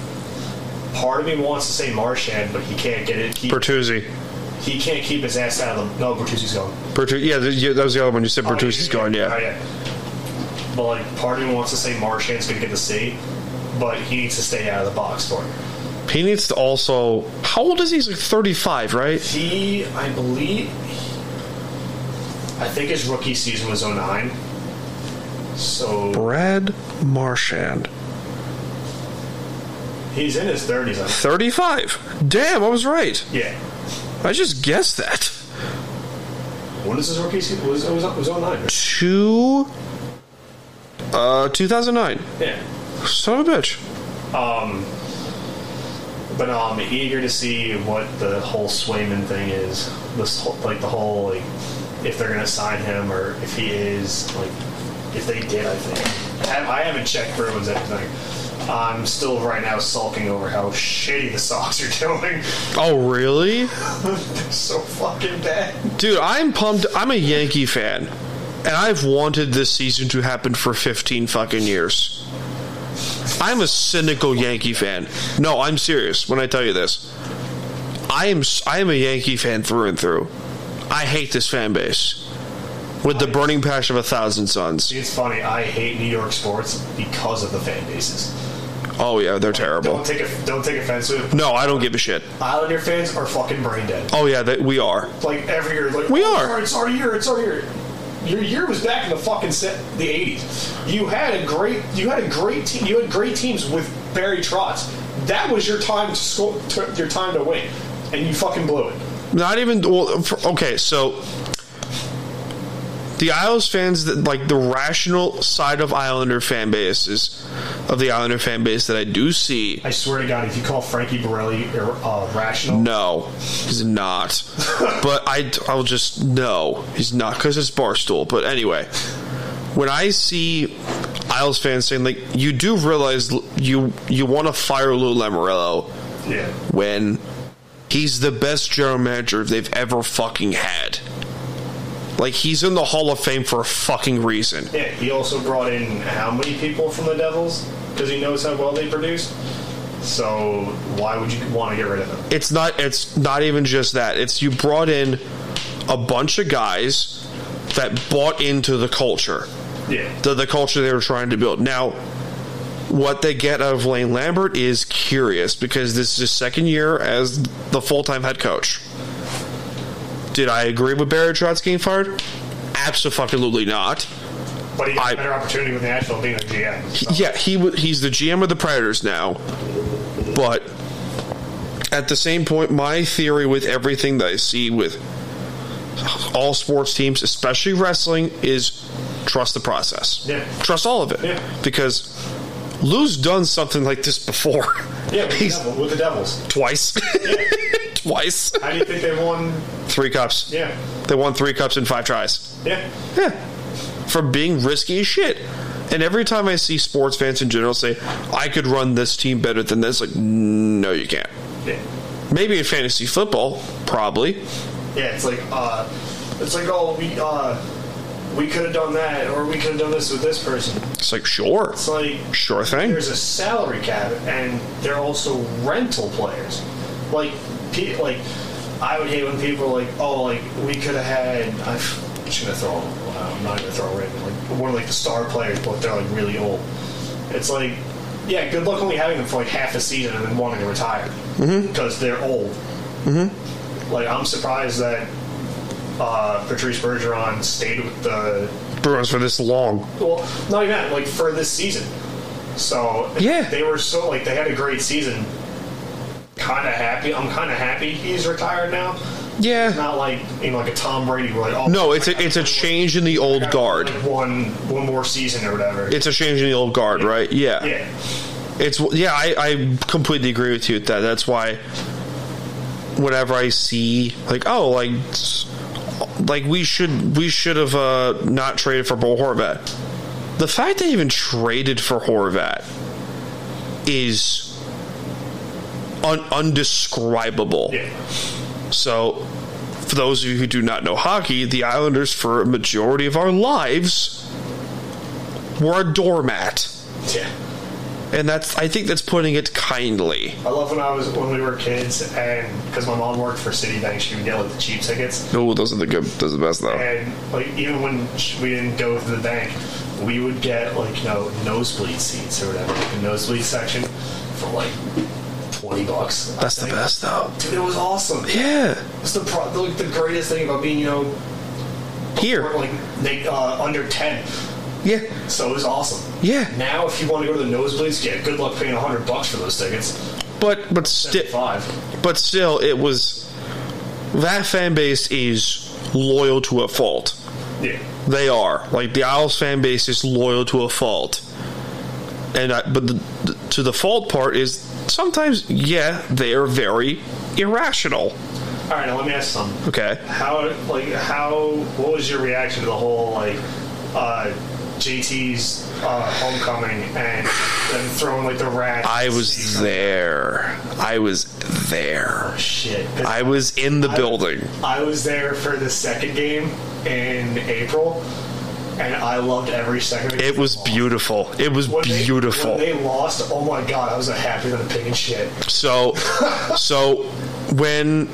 Part of me wants to say Marchand, but he can't get it. He, Bertuzzi. he can't keep his ass out of the. No, Bertuzzi's gone. Bertu- yeah, th- yeah, that was the other one. You said Bertuzzi's gone. Oh, Yeah. But like, part of me wants to say Marchand's going to get the C, but he needs to stay out of the box for it. He needs to also. How old is he? He's like thirty-five, right? He, I believe, I think his rookie season was 09. So Brad Marchand, he's in his 30s. I think. thirty-five. Damn, I was right. Yeah. I just guessed that. When is his rookie season? It was, it was, it was 09, right? Two. Uh, 2009. Yeah. Son of a bitch. But no, I'm eager to see what the whole Swayman thing is. This whole, like the whole like if they're gonna sign him or if he is like if they did. I think I, I haven't checked Bruins anything. I'm still right now sulking over how shitty the Sox are (laughs) doing. Oh, really? they're so fucking bad. Dude, I'm pumped. I'm a Yankee fan. And I've wanted this season to happen for 15 fucking years. I'm a cynical Yankee fan. No, I'm serious when I tell you this. I am s- I am a Yankee fan through and through. I hate this fan base with the burning passion of a thousand suns. It's funny. I hate New York sports because of the fan bases. Oh yeah, they're Don't terrible. take a, don't take offense to it. No, I don't give a shit. Islander fans are fucking brain dead. Oh yeah, they, we are. Like every year, like We "Oh, are. It's our, it's our year. It's our year. Your year was back in the fucking set, the eighties. You had a great, you had a great team. You had great teams with Barry Trotz. That was your time to score, to, your time to win, and you fucking blew it. Not even well. for- Okay, so the Isles fans, that like the rational side of Islander fan bases, of the Islander fan base that I do see, I swear to God, if you call Frankie Borelli ir- uh, rational, no, he's not. but I, I'll just no, he's not because it's barstool. But anyway, when I see Isles fans saying like, you do realize l- you you want to fire Lou Lamorello yeah, when he's the best general manager they've ever fucking had. Like he's in the Hall of Fame for a fucking reason. yeah. He also brought in how many people from the Devils because he knows how well they produce. So why would you want to get rid of them? It's not it's not even just that. It's you brought in a bunch of guys that bought into the culture. Yeah, The the culture they were trying to build. Now what they get out of Lane Lambert is curious because this is his second year as the full time head coach. Did I agree with Barry Trotz getting fired? Absolutely not. but he got I- a better opportunity with Nashville being a GM. so- yeah, he w- he's the GM of the Predators now, but at the same point, my theory with everything that I see with all sports teams, especially wrestling, is trust the process. Yeah. Trust all of it Yeah. because Lou's done something like this before. Yeah, (laughs) with, he's the devil, with the Devils. twice, (laughs) twice, How do you think they won? three cups. Yeah, They won three cups in five tries. yeah. for being risky as shit. And every time I see sports fans in general say, I could run this team better than this, like, no, you can't. Yeah, Maybe in fantasy football, probably. yeah it's like, uh, it's like, oh, we, uh, we could have done that, or we could have done this with this person. It's like, sure. It's like, Sure thing. there's a salary cap, and they're also rental players. Like, pe- like, I would hate when people are like, oh, like we could have had. I'm just gonna throw. uh, I'm not gonna throw right. Like one of like the star players, but they're like really old. It's like, yeah, good luck only having them for like half a season and then wanting to retire because they're old. Like I'm surprised that uh, Patrice Bergeron stayed with the Bruins for this long. well, not even that, like for this season. So Yeah. they were so like they had a great season. Kind of happy. I'm kind of happy he's retired now. Yeah. Not like you know, like a Tom Brady. Where like oh No, it's a, it's a change in the old like, guard. One one more season or whatever. It's a change in the old guard, right? yeah, It's yeah, I, I completely agree with you with that. That's why whenever I see like oh like s- like we should we should have uh, not traded for Bo Horvat. The fact they even traded for Horvat is un- undescribable. yeah. So, for those of you who do not know hockey, the Islanders, for a majority of our lives, were a doormat Yeah. and that's I think that's putting it kindly. I love when I was when we were kids, and because my mom worked for Citibank, she would get like the cheap tickets. Oh, those are the good, those are the best though. and like even when we didn't go to the bank, we would get like you know nosebleed seats or whatever, like the nosebleed section for like twenty bucks. That's the best though. Dude, it was awesome. Yeah, It's the pro- like the greatest thing about being you know here, like they, uh, under ten, yeah, so it was awesome. yeah. Now if you want to go to the nosebleeds, yeah, good luck paying hundred bucks for those tickets. But but still, Five. but still, it was that fan base is loyal to a fault. Yeah. They are like the Isles fan base is loyal to a fault, and I, but the, the, to the fault part is sometimes yeah they are very irrational. All right, now let me ask some. Okay, How like how? What was your reaction to the whole like uh, JT's uh, homecoming and them throwing like the rat? I was there. I was there. shit. I was in the building. I was there for the second game in April, and I loved every second. of It was game. beautiful. It was When they- beautiful. when they lost, oh my god, I was a happier than a pig in shit. So, so when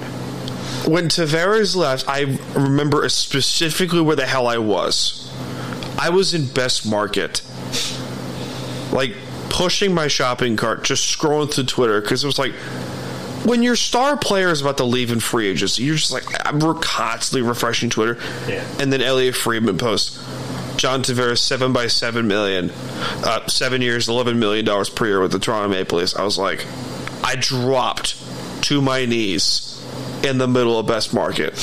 when Tavares left, I remember specifically where the hell I was. I was in Best Market, like pushing my shopping cart, just scrolling through Twitter because it was like. When your star player is about to leave in free agency, you're just like I'm re- constantly refreshing Twitter, Yeah. and then Elliot Friedman posts John Tavares seven by seven million, uh, seven years, eleven million dollars per year with the Toronto Maple Leafs. I was like, I dropped to my knees in the middle of best market.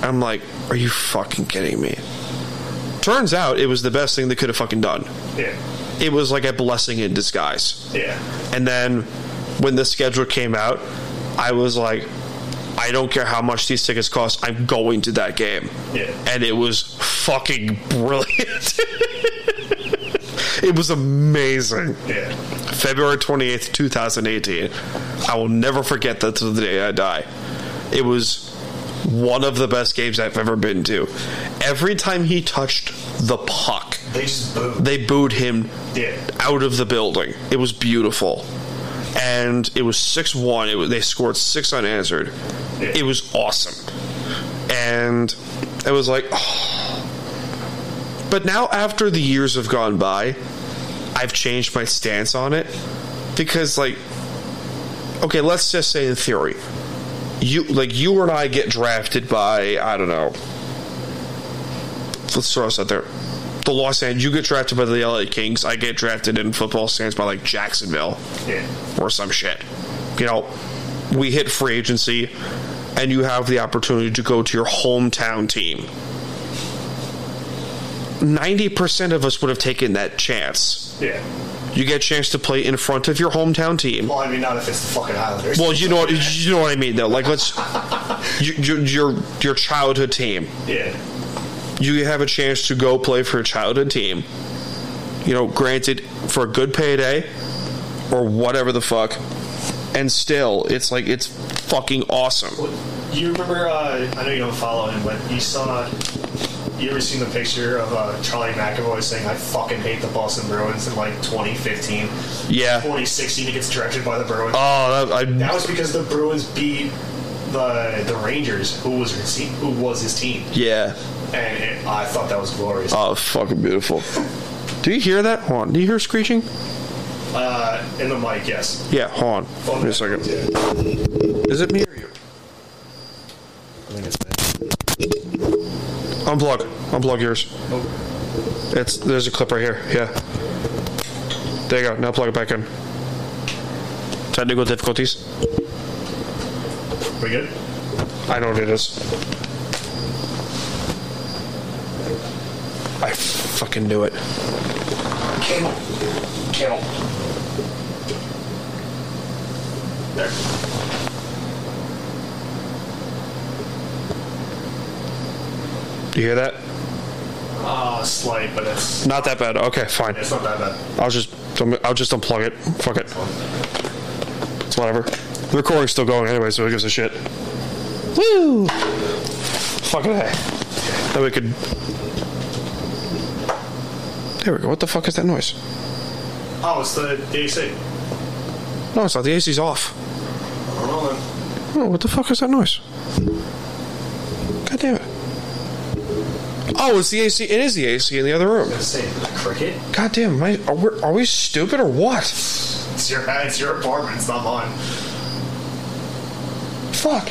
I'm like, are you fucking kidding me? Turns out it was the best thing they could have fucking done. Yeah, It was like a blessing in disguise. yeah. And then when the schedule came out, I was like, I don't care how much these tickets cost, I'm going to that game. Yeah. And it was fucking brilliant. (laughs) it was amazing. Yeah. February 28th, 2018. I will never forget that to the day I die. It was one of the best games I've ever been to. Every time he touched the puck, They just booed. they booed him Yeah. out of the building. It was beautiful. And it was 6 1. It was, they scored six unanswered. Yeah. It was awesome. And it was like, oh. But now, after the years have gone by, I've changed my stance on it because, like, okay, let's just say in theory, you like you and I get drafted by I don't know. Let's throw us out there. The Los Angeles, you get drafted by the LA Kings. I get drafted in football stands by like Jacksonville Yeah. or some shit. You know, we hit free agency and you have the opportunity to go to your hometown team. 90% of us would have taken that chance. Yeah. You get a chance to play in front of your hometown team. Well, I mean, not if it's the fucking Islanders. Well, you know what you know what I mean though. Like let's you, you, your your childhood team. yeah. You have a chance to go play for your childhood team. You know, granted for a good payday or whatever the fuck. And still, it's like it's fucking awesome. You remember? Uh, I know you don't follow him, but you saw. You ever seen the picture of uh, Charlie McAvoy saying, "I fucking hate the Boston Bruins" in like 2015, Yeah. 2016? He gets directed by the Bruins. Oh, that, I, that was because the Bruins beat the the Rangers, who was his team, who was his team, yeah. and it, I thought that was glorious. Oh, fucking beautiful. Do you hear that? Hold on. Do you hear screeching? Uh, in the mic, yes. Yeah, hold on. Wait a second. Is it me or you? Unplug. Unplug yours. It's there's a clip right here. Yeah. There you go. Now plug it back in. Technical difficulties. We good? I know what it is. I fucking knew it. Cable. Cable. There. Do you hear that? Ah, slight, but it's Not that bad. Okay, fine. it's not that bad. I'll just I'll just unplug it. Fuck it. It's whatever. The recording's still going anyway, so who gives a shit? Woo! Fucking hey. Then we could. There we go. What the fuck is that noise? Oh, it's the AC. No, it's not. The AC's off. Hold on. then. Oh, what the fuck is that noise? God damn it. Oh, it's the AC. It is the AC in the other room. Let's see. A cricket? God damn, am I, are, we, are we stupid or what? It's your it's your apartment. It's not mine. Fuck.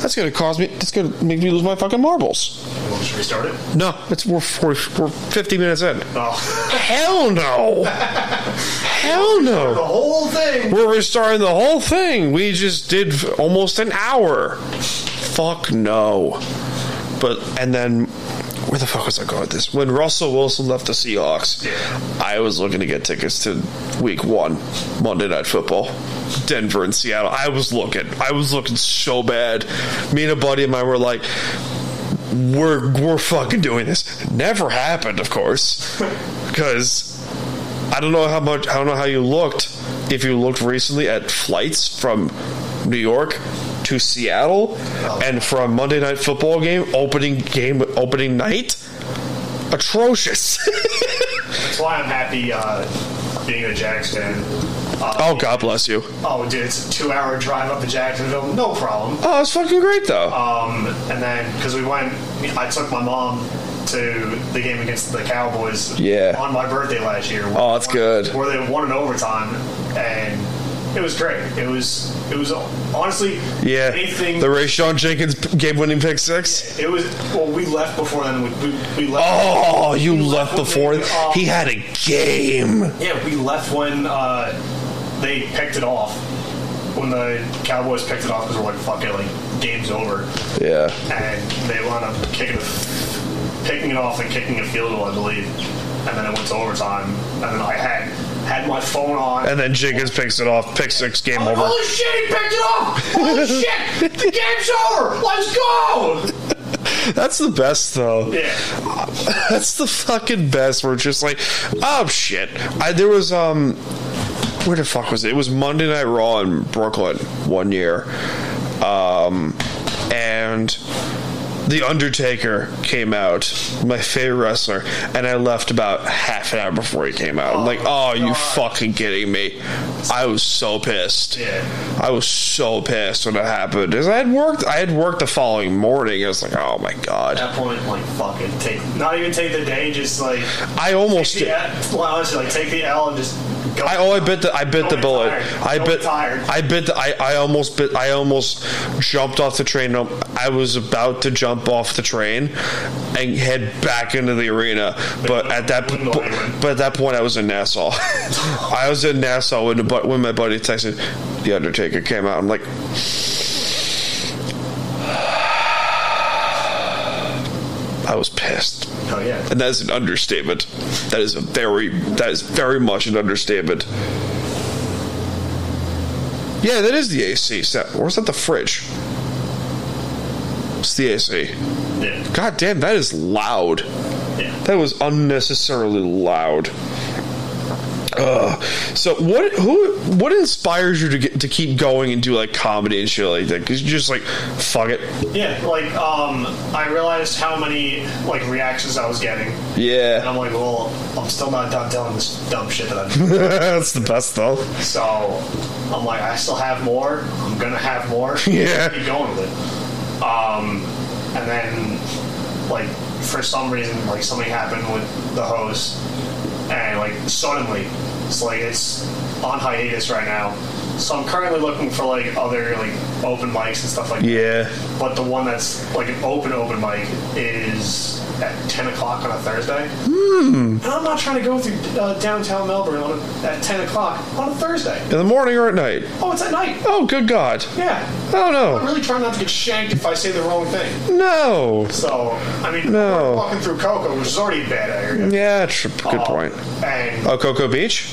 That's gonna cause me. That's gonna make me lose my fucking marbles. You want me to restart it? No, it's we're 40, we're 50 minutes in. Oh, (laughs) Hell no. (laughs) Hell the no. whole thing. We're restarting the whole thing. We just did f- almost an hour. Fuck no. But and then where the fuck was I going with this? When Russell Wilson left the Seahawks, I was looking to get tickets to Week One, Monday Night Football, Denver and Seattle. I was looking, I was looking so bad. Me and a buddy of mine were like, "We're we're fucking doing this." Never happened, of course, because I don't know how much I don't know how you looked if you looked recently at flights from New York to Seattle and from Monday night football game opening game opening night atrocious. (laughs) That's why I'm happy uh, being a Jags fan. Uh, oh god bless you. Oh, dude, it's a two-hour drive up to Jacksonville, no problem. Oh, it's fucking great though. Um, and then because we went, I took my mom to the game against the Cowboys. Yeah. On my birthday last year. Oh, that's good. Where they won in overtime, and it was great. It was it was honestly yeah. anything. The Ray Sean Jenkins game winning pick six. it was well, we left before then. We, we, we left. Oh, you We left left with before the, uh, he had a game. Yeah, we left when uh, they picked it off. When the Cowboys picked it off, because we're like, fuck it, like, game's over. Yeah. And they wound up kicking, a, picking it off and kicking a field goal, I believe. And then it went to overtime. And then I had had my phone on. And then Jenkins picks it off, pick six, game I'm like, over. Holy shit, he picked it (laughs) off! Holy shit! The game's over! Let's go! That's the best though. Yeah. (laughs) That's the fucking best. We're just like, oh shit. I, there was um, where the fuck was it? It was Monday Night Raw in Brooklyn one year, um, and the Undertaker came out, my favorite wrestler, and I left about half an hour before he came out. I'm like, oh, are you fucking kidding me? I was so pissed. Yeah. I was so pissed when it happened. 'Cause I had worked. I had worked the following morning. I was like, oh my god. At that point, like, fucking take, not even take the day, just like, I almost. did. yeah, well, honestly, like, take the L and just go. I oh I bit the I bit the Don't be bullet. tired. I Don't bit be tired. I bit the, I I almost bit I almost jumped off the train. No, I was about to jump off the train and head back into the arena, but at that Wouldn't go anywhere. but at that point I was in Nassau. (laughs) I was in Nassau when the, bu- when my buddy texted the Undertaker came out. I'm like. (sighs) I was pissed Oh, yeah. and that is an understatement. That is a very that is very much an understatement. Yeah, that is the AC set. Or is that the fridge? It's the AC. Yeah. God damn, that is loud. Yeah. That was unnecessarily loud. Ugh. So what? Who? What inspires you to get to keep going and do like comedy and shit like that? Because you're just like, fuck it. Yeah, like um, I realized how many like reactions I was getting, and Yeah, I'm like, well, I'm still not done telling this dumb shit that I'm. (laughs) doing. that's the best though. so I'm like, I still have more. I'm gonna have more. (laughs) Yeah. keep going with it. Um, and then like for some reason, like something happened with the host, and like suddenly, it's like it's on hiatus right now. So I'm currently looking for like other like open mics and stuff like that. Yeah, But the one that's like an open open mic is at ten o'clock on a Thursday. Hmm. And I'm not trying to go through uh, downtown Melbourne on a, at ten o'clock on a Thursday. in the morning or at night. Oh, it's at night. Oh, good God. Yeah, Oh I'm no, really trying not to get shanked if I say the wrong thing. no. So I mean, No. we're walking through Cocoa, which is already a bad area. Yeah, tr- good Um, point. And Oh, Cocoa Beach.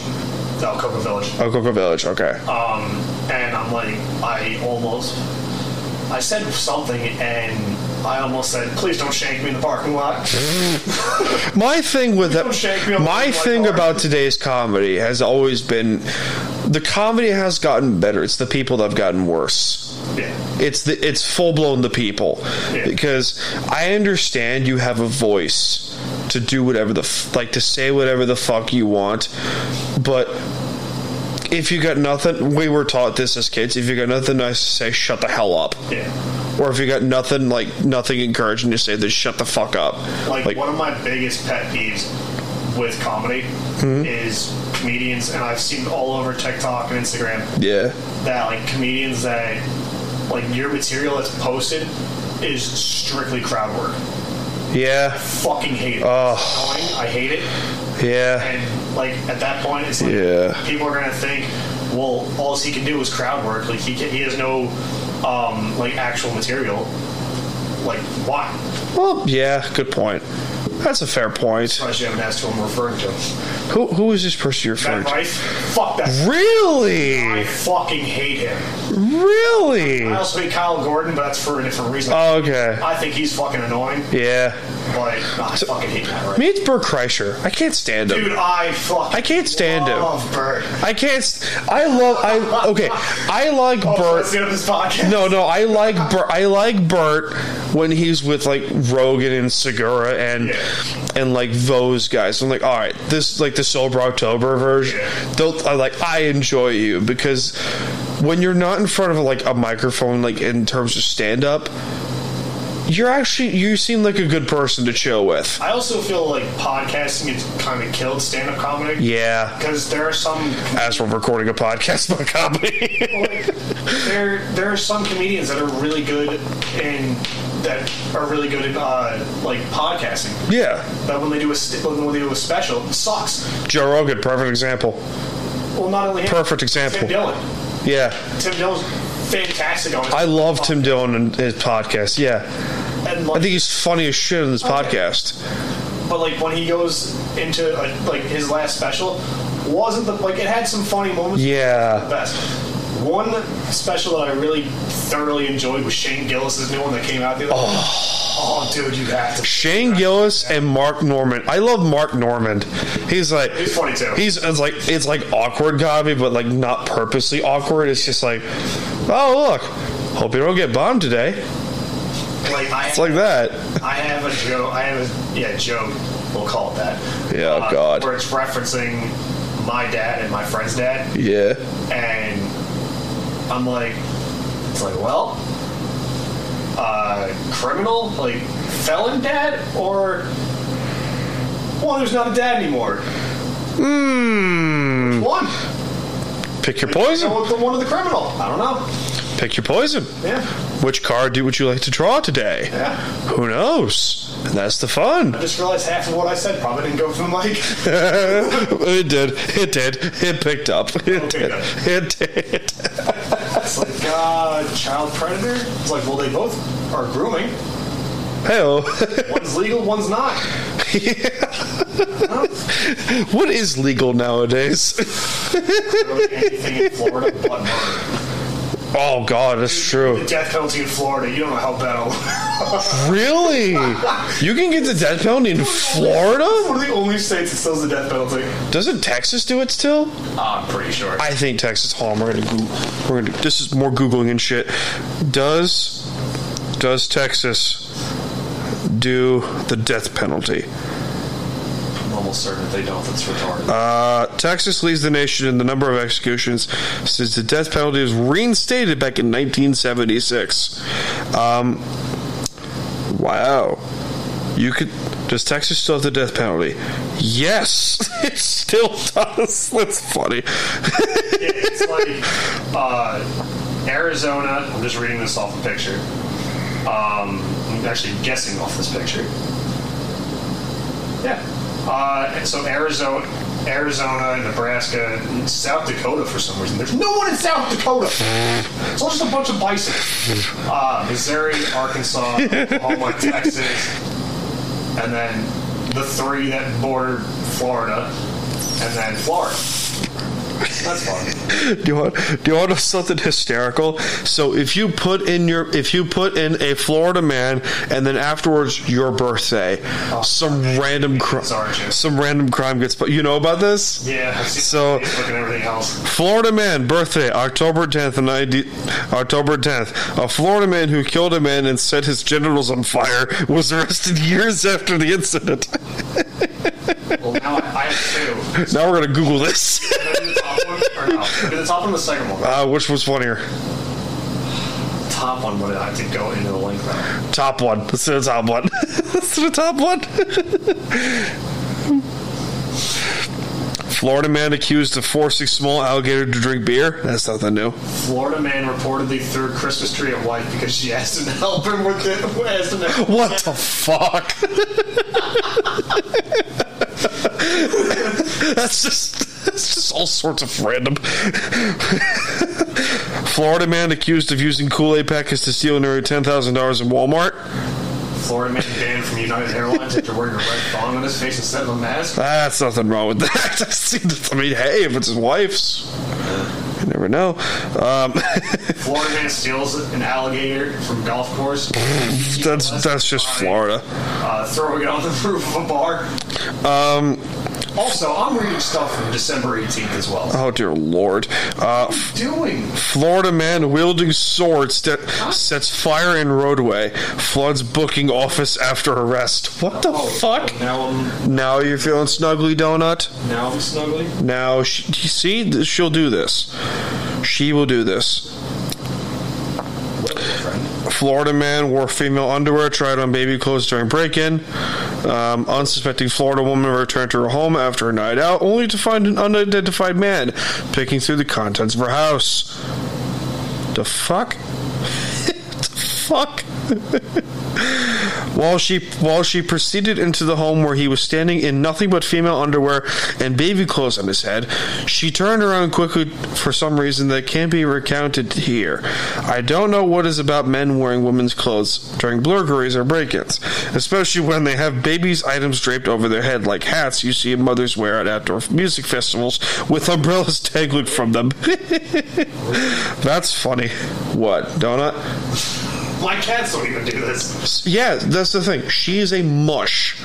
no, Cocoa Village. Oh, Cocoa Village. Okay. Um, and I'm like, I almost, I said something, and I almost said, please don't shank me in the parking lot. Mm-hmm. My thing with that, don't shake me up my like thing hard. about today's comedy has always been, the comedy has gotten better. It's the people that have gotten worse. yeah. It's the it's full blown the people Yeah. because I understand you have a voice to do whatever the f- like to say whatever the fuck you want, but if you got nothing, we were taught this as kids. If you got nothing nice to say, shut the hell up. Yeah. Or if you got nothing like nothing encouraging to say, then shut the fuck up. like, Like, one of my biggest pet peeves with comedy Mm-hmm. is comedians and i've seen all over tiktok and instagram yeah, that like comedians that like your material that's posted is strictly crowd work yeah, fucking hate it Ugh. It's annoying. i hate it yeah, and like at that point it's like Yeah. people are gonna think well all he can do is crowd work like he, can, he has no um, like actual material Like, why? Well, yeah, good point. That's a fair point. Unless you haven't asked who I'm referring to. Who who is this person you're referring Matt to? Rife? Fuck that. I Really? fucking hate him. I Really? also hate Kyle Gordon, but that's for a different reason. Uh, Okay. I think he's fucking annoying, Yeah. but I fucking hate Matt Rife. Me, it's Bert Kreischer. I can't stand him. Dude, I fucking I can't stand him. love Bert. I can't. St- I love. I okay. I like Oh, Bert. let's get on this podcast. No, no, I like Bert, I like Bert when he's with like Rogan and Segura and Yeah. and like those guys. I'm like, all right, this like the sober October version. Yeah. They'll, I like I enjoy you because when you're not in front of like a microphone, like in terms of stand up, you're actually you seem like a good person to chill with. I also feel like podcasting has kind of killed stand-up comedy. Yeah, Because there are some as we're recording a podcast (laughs) about comedy. like, there there are some comedians that are really good in that are really good in uh, like podcasting. yeah, But when they do a st- when they do a special, it sucks. Joe Rogan, perfect example. Well, not only him, Perfect Tim example. Dillon. Yeah. Tim Dillon's fantastic on it. I love Tim Dillon and his podcast. Yeah, And I like, think he's funny as shit in this Okay. podcast. but like when he goes into uh, like his last special, wasn't the like it had some funny moments. the Yeah, best. One special that I really thoroughly enjoyed was Shane Gillis' new one that came out the other oh. oh, dude, you have to. Shane Gillis and Mark Norman. I love Mark Norman. He's like He's funny too. He's it's like it's like awkward comedy, but like not purposely awkward. It's just like, oh look, hope you don't get bombed today. like I, It's like that. (laughs) I have a joke. I have a yeah joke. We'll call it that. Uh, Yeah, God. Where it's referencing my dad and my friend's dad, Yeah, and I'm like, it's like, well, uh, criminal, like felon dad, or one who's not a dad anymore. Hmm. One. pick your You know, poison. the one of the criminal. I don't know. Pick your poison. Yeah. Which card do would you like to draw today? Yeah. Who knows? And that's the fun. (laughs) I just realized half of what I said probably didn't go through the (laughs) mic. it did. It did. It picked up. (laughs) It Okay, did. then. It did. It's like, uh, child predator? It's like, well, they both are grooming. Hey, One's legal, one's not. (laughs) what is legal nowadays? Really anything in Florida but murder. Oh God, that's The true. death penalty in Florida, you don't know how bad I'll- Really? You can get the death penalty in Florida? One of the only states that sells the death penalty. Doesn't Texas do it still? I'm pretty sure. I think Texas. Hold on, we're gonna Google. We're gonna. This is more googling and shit. Does does Texas do the death penalty? I'm almost certain if they don't, that's retarded. Uh, Texas leads the nation in the number of executions since the death penalty was reinstated back in 1976. Um, wow. You could. Does Texas still have the death penalty? Yes, (laughs) it still does. That's funny. (laughs) it's like uh, Arizona. I'm just reading this off a picture. Um, I'm actually guessing off this picture. Yeah. Uh, and so Arizona, Arizona, Nebraska, and South Dakota. For some reason, there's no one in South Dakota. It's all just a bunch of bison. Uh, Missouri, Arkansas, Oklahoma, Texas, and then the three that border Florida, and then Florida. That's fun. do you want? Do you want to know something hysterical? So if you put in your, if you put in a Florida man, and then afterwards your birthday, some random crime, Oh, Sorry, Jim. some random crime gets. But you know about this? Yeah. I've seen So- Facebook and everything else. Florida man, birthday October 10th, 90, October 10th. A Florida man who killed a man and set his genitals on fire was arrested (laughs) years after the incident. (laughs) Well, now I, I have two. now we're gonna Google this. Did I do the top one or no? I did the top one, or the second one. Uh, which was funnier? The top one would have to go into the link though. Top one. Let's do the top one. (laughs) Let's do the top one. (laughs) Florida man accused of forcing small alligator to drink beer. That's nothing new. Florida man reportedly threw Christmas tree at wife because she asked him to help him with it. (laughs) Asked him to help. What the fuck? That's just. it's just all sorts of random. Florida man accused of using Kool Aid packets to steal nearly ten thousand dollars in Walmart. Florida man banned from United Airlines after wearing a red thong on his face instead of a mask. That's nothing wrong with that. (laughs) I mean, hey, if it's his wife's, you never know. Um, (laughs) Florida man steals an alligator from golf course. (laughs) that's that's just Florida. Uh, throwing it on the (laughs) roof of a bar. Um, Also, I'm reading stuff from December 18th as well. oh dear lord. Uh, Doing Florida man wielding sword st- sets fire in roadway, floods booking office after arrest. What the fuck? now I'm Now you're feeling snuggly, donut. now I'm snuggling. Now she, you see, th- she'll do this. She will do this. Florida man wore female underwear, tried on baby clothes during break-in. Um, unsuspecting Florida woman returned to her home after a night out, only to find an unidentified man picking through the contents of her house. The fuck? (laughs) the fuck? While she while she proceeded into the home where he was standing in nothing but female underwear and baby clothes on his head, she turned around quickly for some reason that can't be recounted here. I don't know what is about men wearing women's clothes during burglaries or break-ins, especially when they have babies' items draped over their head like hats you see mothers wear at outdoor music festivals with umbrellas (laughs) dangling from them. That's funny. What donut? My cats don't even do this. Yeah, that's the thing. She is a mush.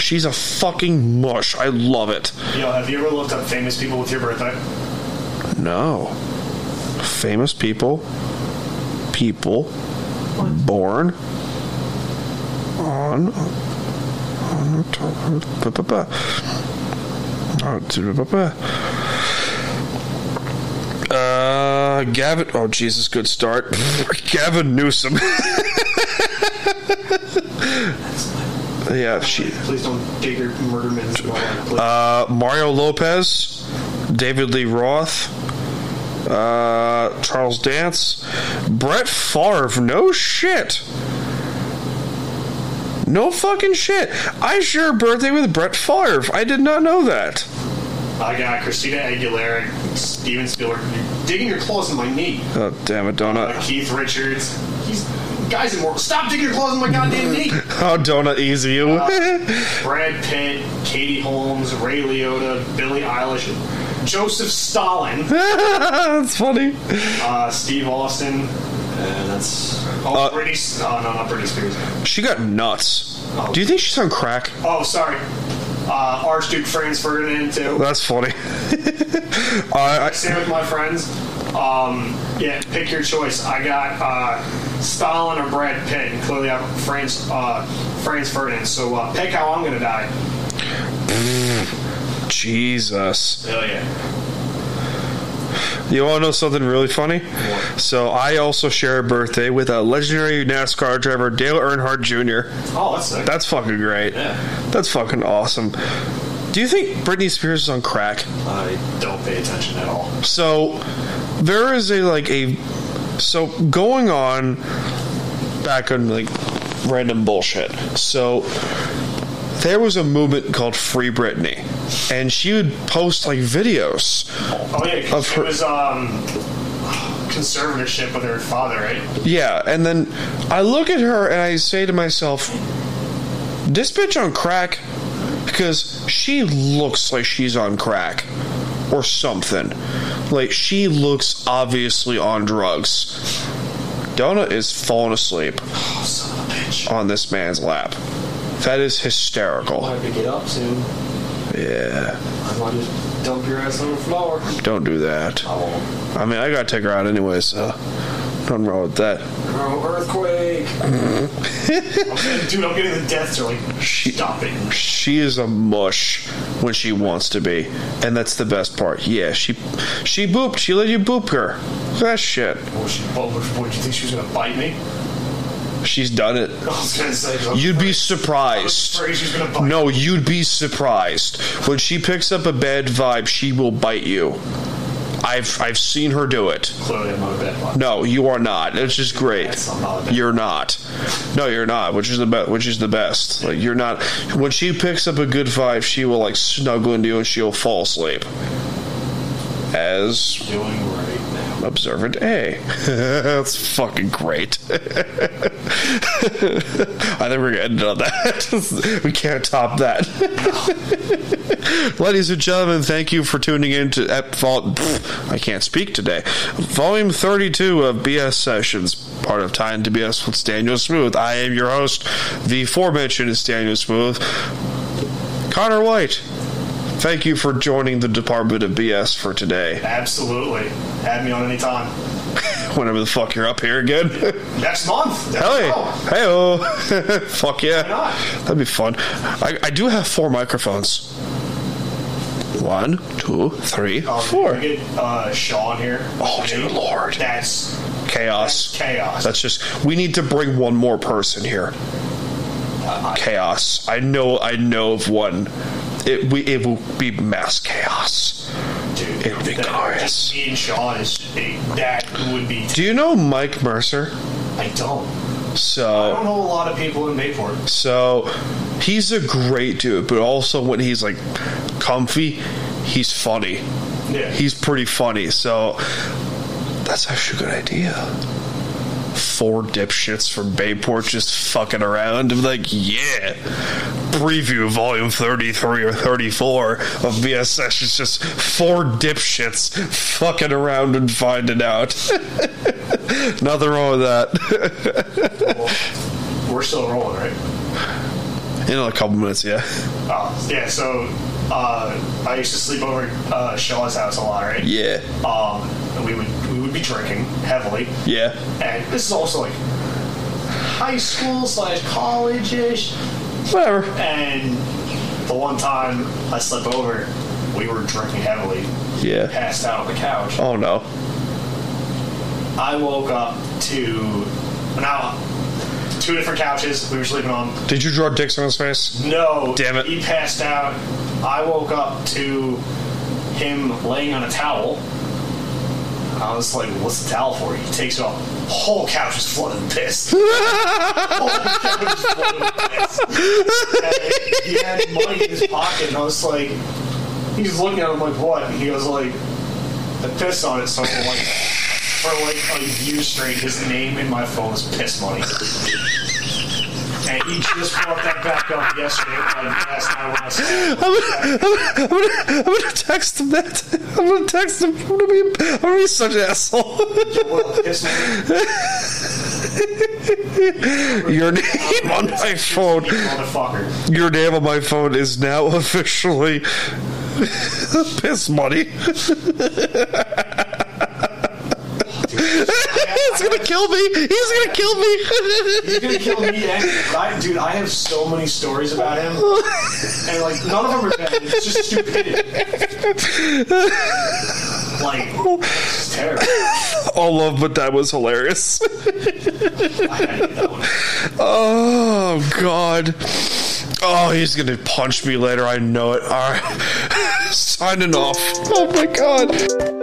She's a fucking mush. I love it. Yo, have you ever looked up famous people with your birthday? No. Famous people. People. Born. On. on October- ba- ba- ba. Oh, to- ba- ba- ba. Uh, Gavin. Oh, Jesus, good start. (laughs) Gavin Newsom. (laughs) yeah, she. Please don't dig your murder minutes. Uh, Mario Lopez, David Lee Roth, uh, Charles Dance, Brett Favre. No shit. No fucking shit. I share a birthday with Brett Favre. I did not know that. I got Christina Aguilera, Steven Spielberg. You're digging your claws in my knee. Oh, damn it, Uh, Donut. Keith Richards. He's guys in more. Stop digging your claws in my goddamn (laughs) knee. How Oh, Donut easy (laughs) you. Brad Pitt, Katie Holmes, Ray Liotta, Billie Eilish, Joseph Stalin, That's funny. uh, Steve Austin. And Uh, that's oh, Uh, Britney. S- Oh no, not Britney Spears. She got nuts. Do you think she's on crack? Oh, sorry. Uh, Archduke Franz Ferdinand too. That's funny. (laughs) I, I, Stay with my friends. Um, yeah, pick your choice. I got uh, Stalin or Brad Pitt, and clearly I'm Franz uh, Franz Ferdinand. So uh, pick how I'm gonna die. Jesus. Oh yeah. You want to know something really funny? So I also share a birthday with a legendary NASCAR driver, Dale Earnhardt Jr. Oh, that's sick. That's fucking great. That's fucking awesome. Do you think Britney Spears is on crack? I don't pay attention at all. So there is a like a so going on back on like random bullshit. So there was a movement called Free Britney, and she would post like videos. Oh yeah, 'cause Of her- it was um, conservatorship with her father, right? Yeah, and then I look at her and I say to myself, this bitch on crack because she looks like she's on crack or something. Like she looks obviously on drugs. Donna is falling asleep Oh, son of a bitch. on this man's lap. That is hysterical. have to get up soon. Yeah, I might just dump your ass on the floor. don't do that. I won't. I mean, I gotta take her out anyway, so nothing wrong with that. Oh, (laughs) earthquake. Okay, Dude, I'm getting the death stare. Like, She- stop it. she is a mush when she wants to be, and that's the best part. Yeah, she she booped. She let you boop her. Look at That shit. Oh, she, what, what, did you think she was gonna bite me? She's done it. I was gonna say. I'm You'd be afraid- surprised. afraid she was gonna bite. No, you'd be surprised when she picks up a bad vibe. She will bite you. I've I've seen her do it. Clearly, I'm not a bad one. No, you are not. It's just great. That's not bad. You're not. No, you're not. Which is the best. Which is the best. Like you're not. When she picks up a good vibe, she will like snuggle into you and she'll fall asleep. as Doing right now. observant A. (laughs) That's fucking great. (laughs) I think we're gonna end it on that. (laughs) we can't top that. (laughs) Ladies and gentlemen, thank you for tuning in to ep- vol- pff, I can't speak today. Volume 32 of BS Sessions, part of Time to BS with Daniel Smooth. I am your host, the aforementioned is Daniel Smooth. Connor White, thank you for joining the Department of BS for today. Absolutely. Have me on any time. Whenever the fuck you're up here again. (laughs) Next month. There we Hey, go. Um, hey, oh, (laughs) fuck Why yeah, not? that'd be fun. I, I do have four microphones. One, two, three, Um, four. We get uh, Sean here. Oh, dear lord. That's Chaos. chaos. That's just. We need to bring one more person here. Uh, Chaos. I know. I know of one. It we it will be mass chaos. Dude, It'll be that- glorious. Just me and Sean is a- that would be. Do you know Mike Mercer? I don't. I don't So know a lot of people in Mayport. so he's a great dude, but also when he's like comfy, he's funny. Yeah. he's pretty funny. So that's actually a good idea. Four dipshits from Bayport just fucking around. I'm like, yeah. Preview of volume 33 or 34 of BS Sessions. Just four dipshits fucking around and finding out. (laughs) Nothing wrong with that. (laughs) We're still rolling, right? In a couple minutes, yeah. Oh, yeah. So uh, I used to sleep over at uh, Shaw's house a lot, right? Yeah. Um, and we would we would be drinking heavily, Yeah. and this is also like high school slash college ish. Whatever. And the one time I slept over, we were drinking heavily, Yeah. passed out on the couch. Oh no. I woke up to now two different couches we were sleeping on. Did you draw dicks on his face? No. Damn it. He passed out. I woke up to him laying on a towel. I was like, what's the towel for? He takes it off. Whole couch is flooded with piss. Whole couch is flooded with piss. And he had money in his pocket, and I was like, he's looking at him like, what? And he was like, I pissed on it, so I'm like, for like a year straight, his name in my phone is piss money. And he just brought that back up yesterday, like last night when I saw I'm him. gonna, I'm gonna text him that. I'm gonna text him. I'm gonna be, I'm gonna be such an asshole. Well, piss (laughs) money. Your name (laughs) on my phone. You motherfucker. Your name on my phone is now officially (laughs) piss money. (laughs) He's gonna kill me. He's gonna kill me. (laughs) He's gonna kill me, and I, dude. I have so many stories about him, and like none of them are bad. It's just stupidity. Like, it's terrible. (laughs) All love, but that was hilarious. (laughs) I had to get that one. Oh God. Oh, he's gonna (laughs) punch me later. I know it. All right, signing off. Oh my God.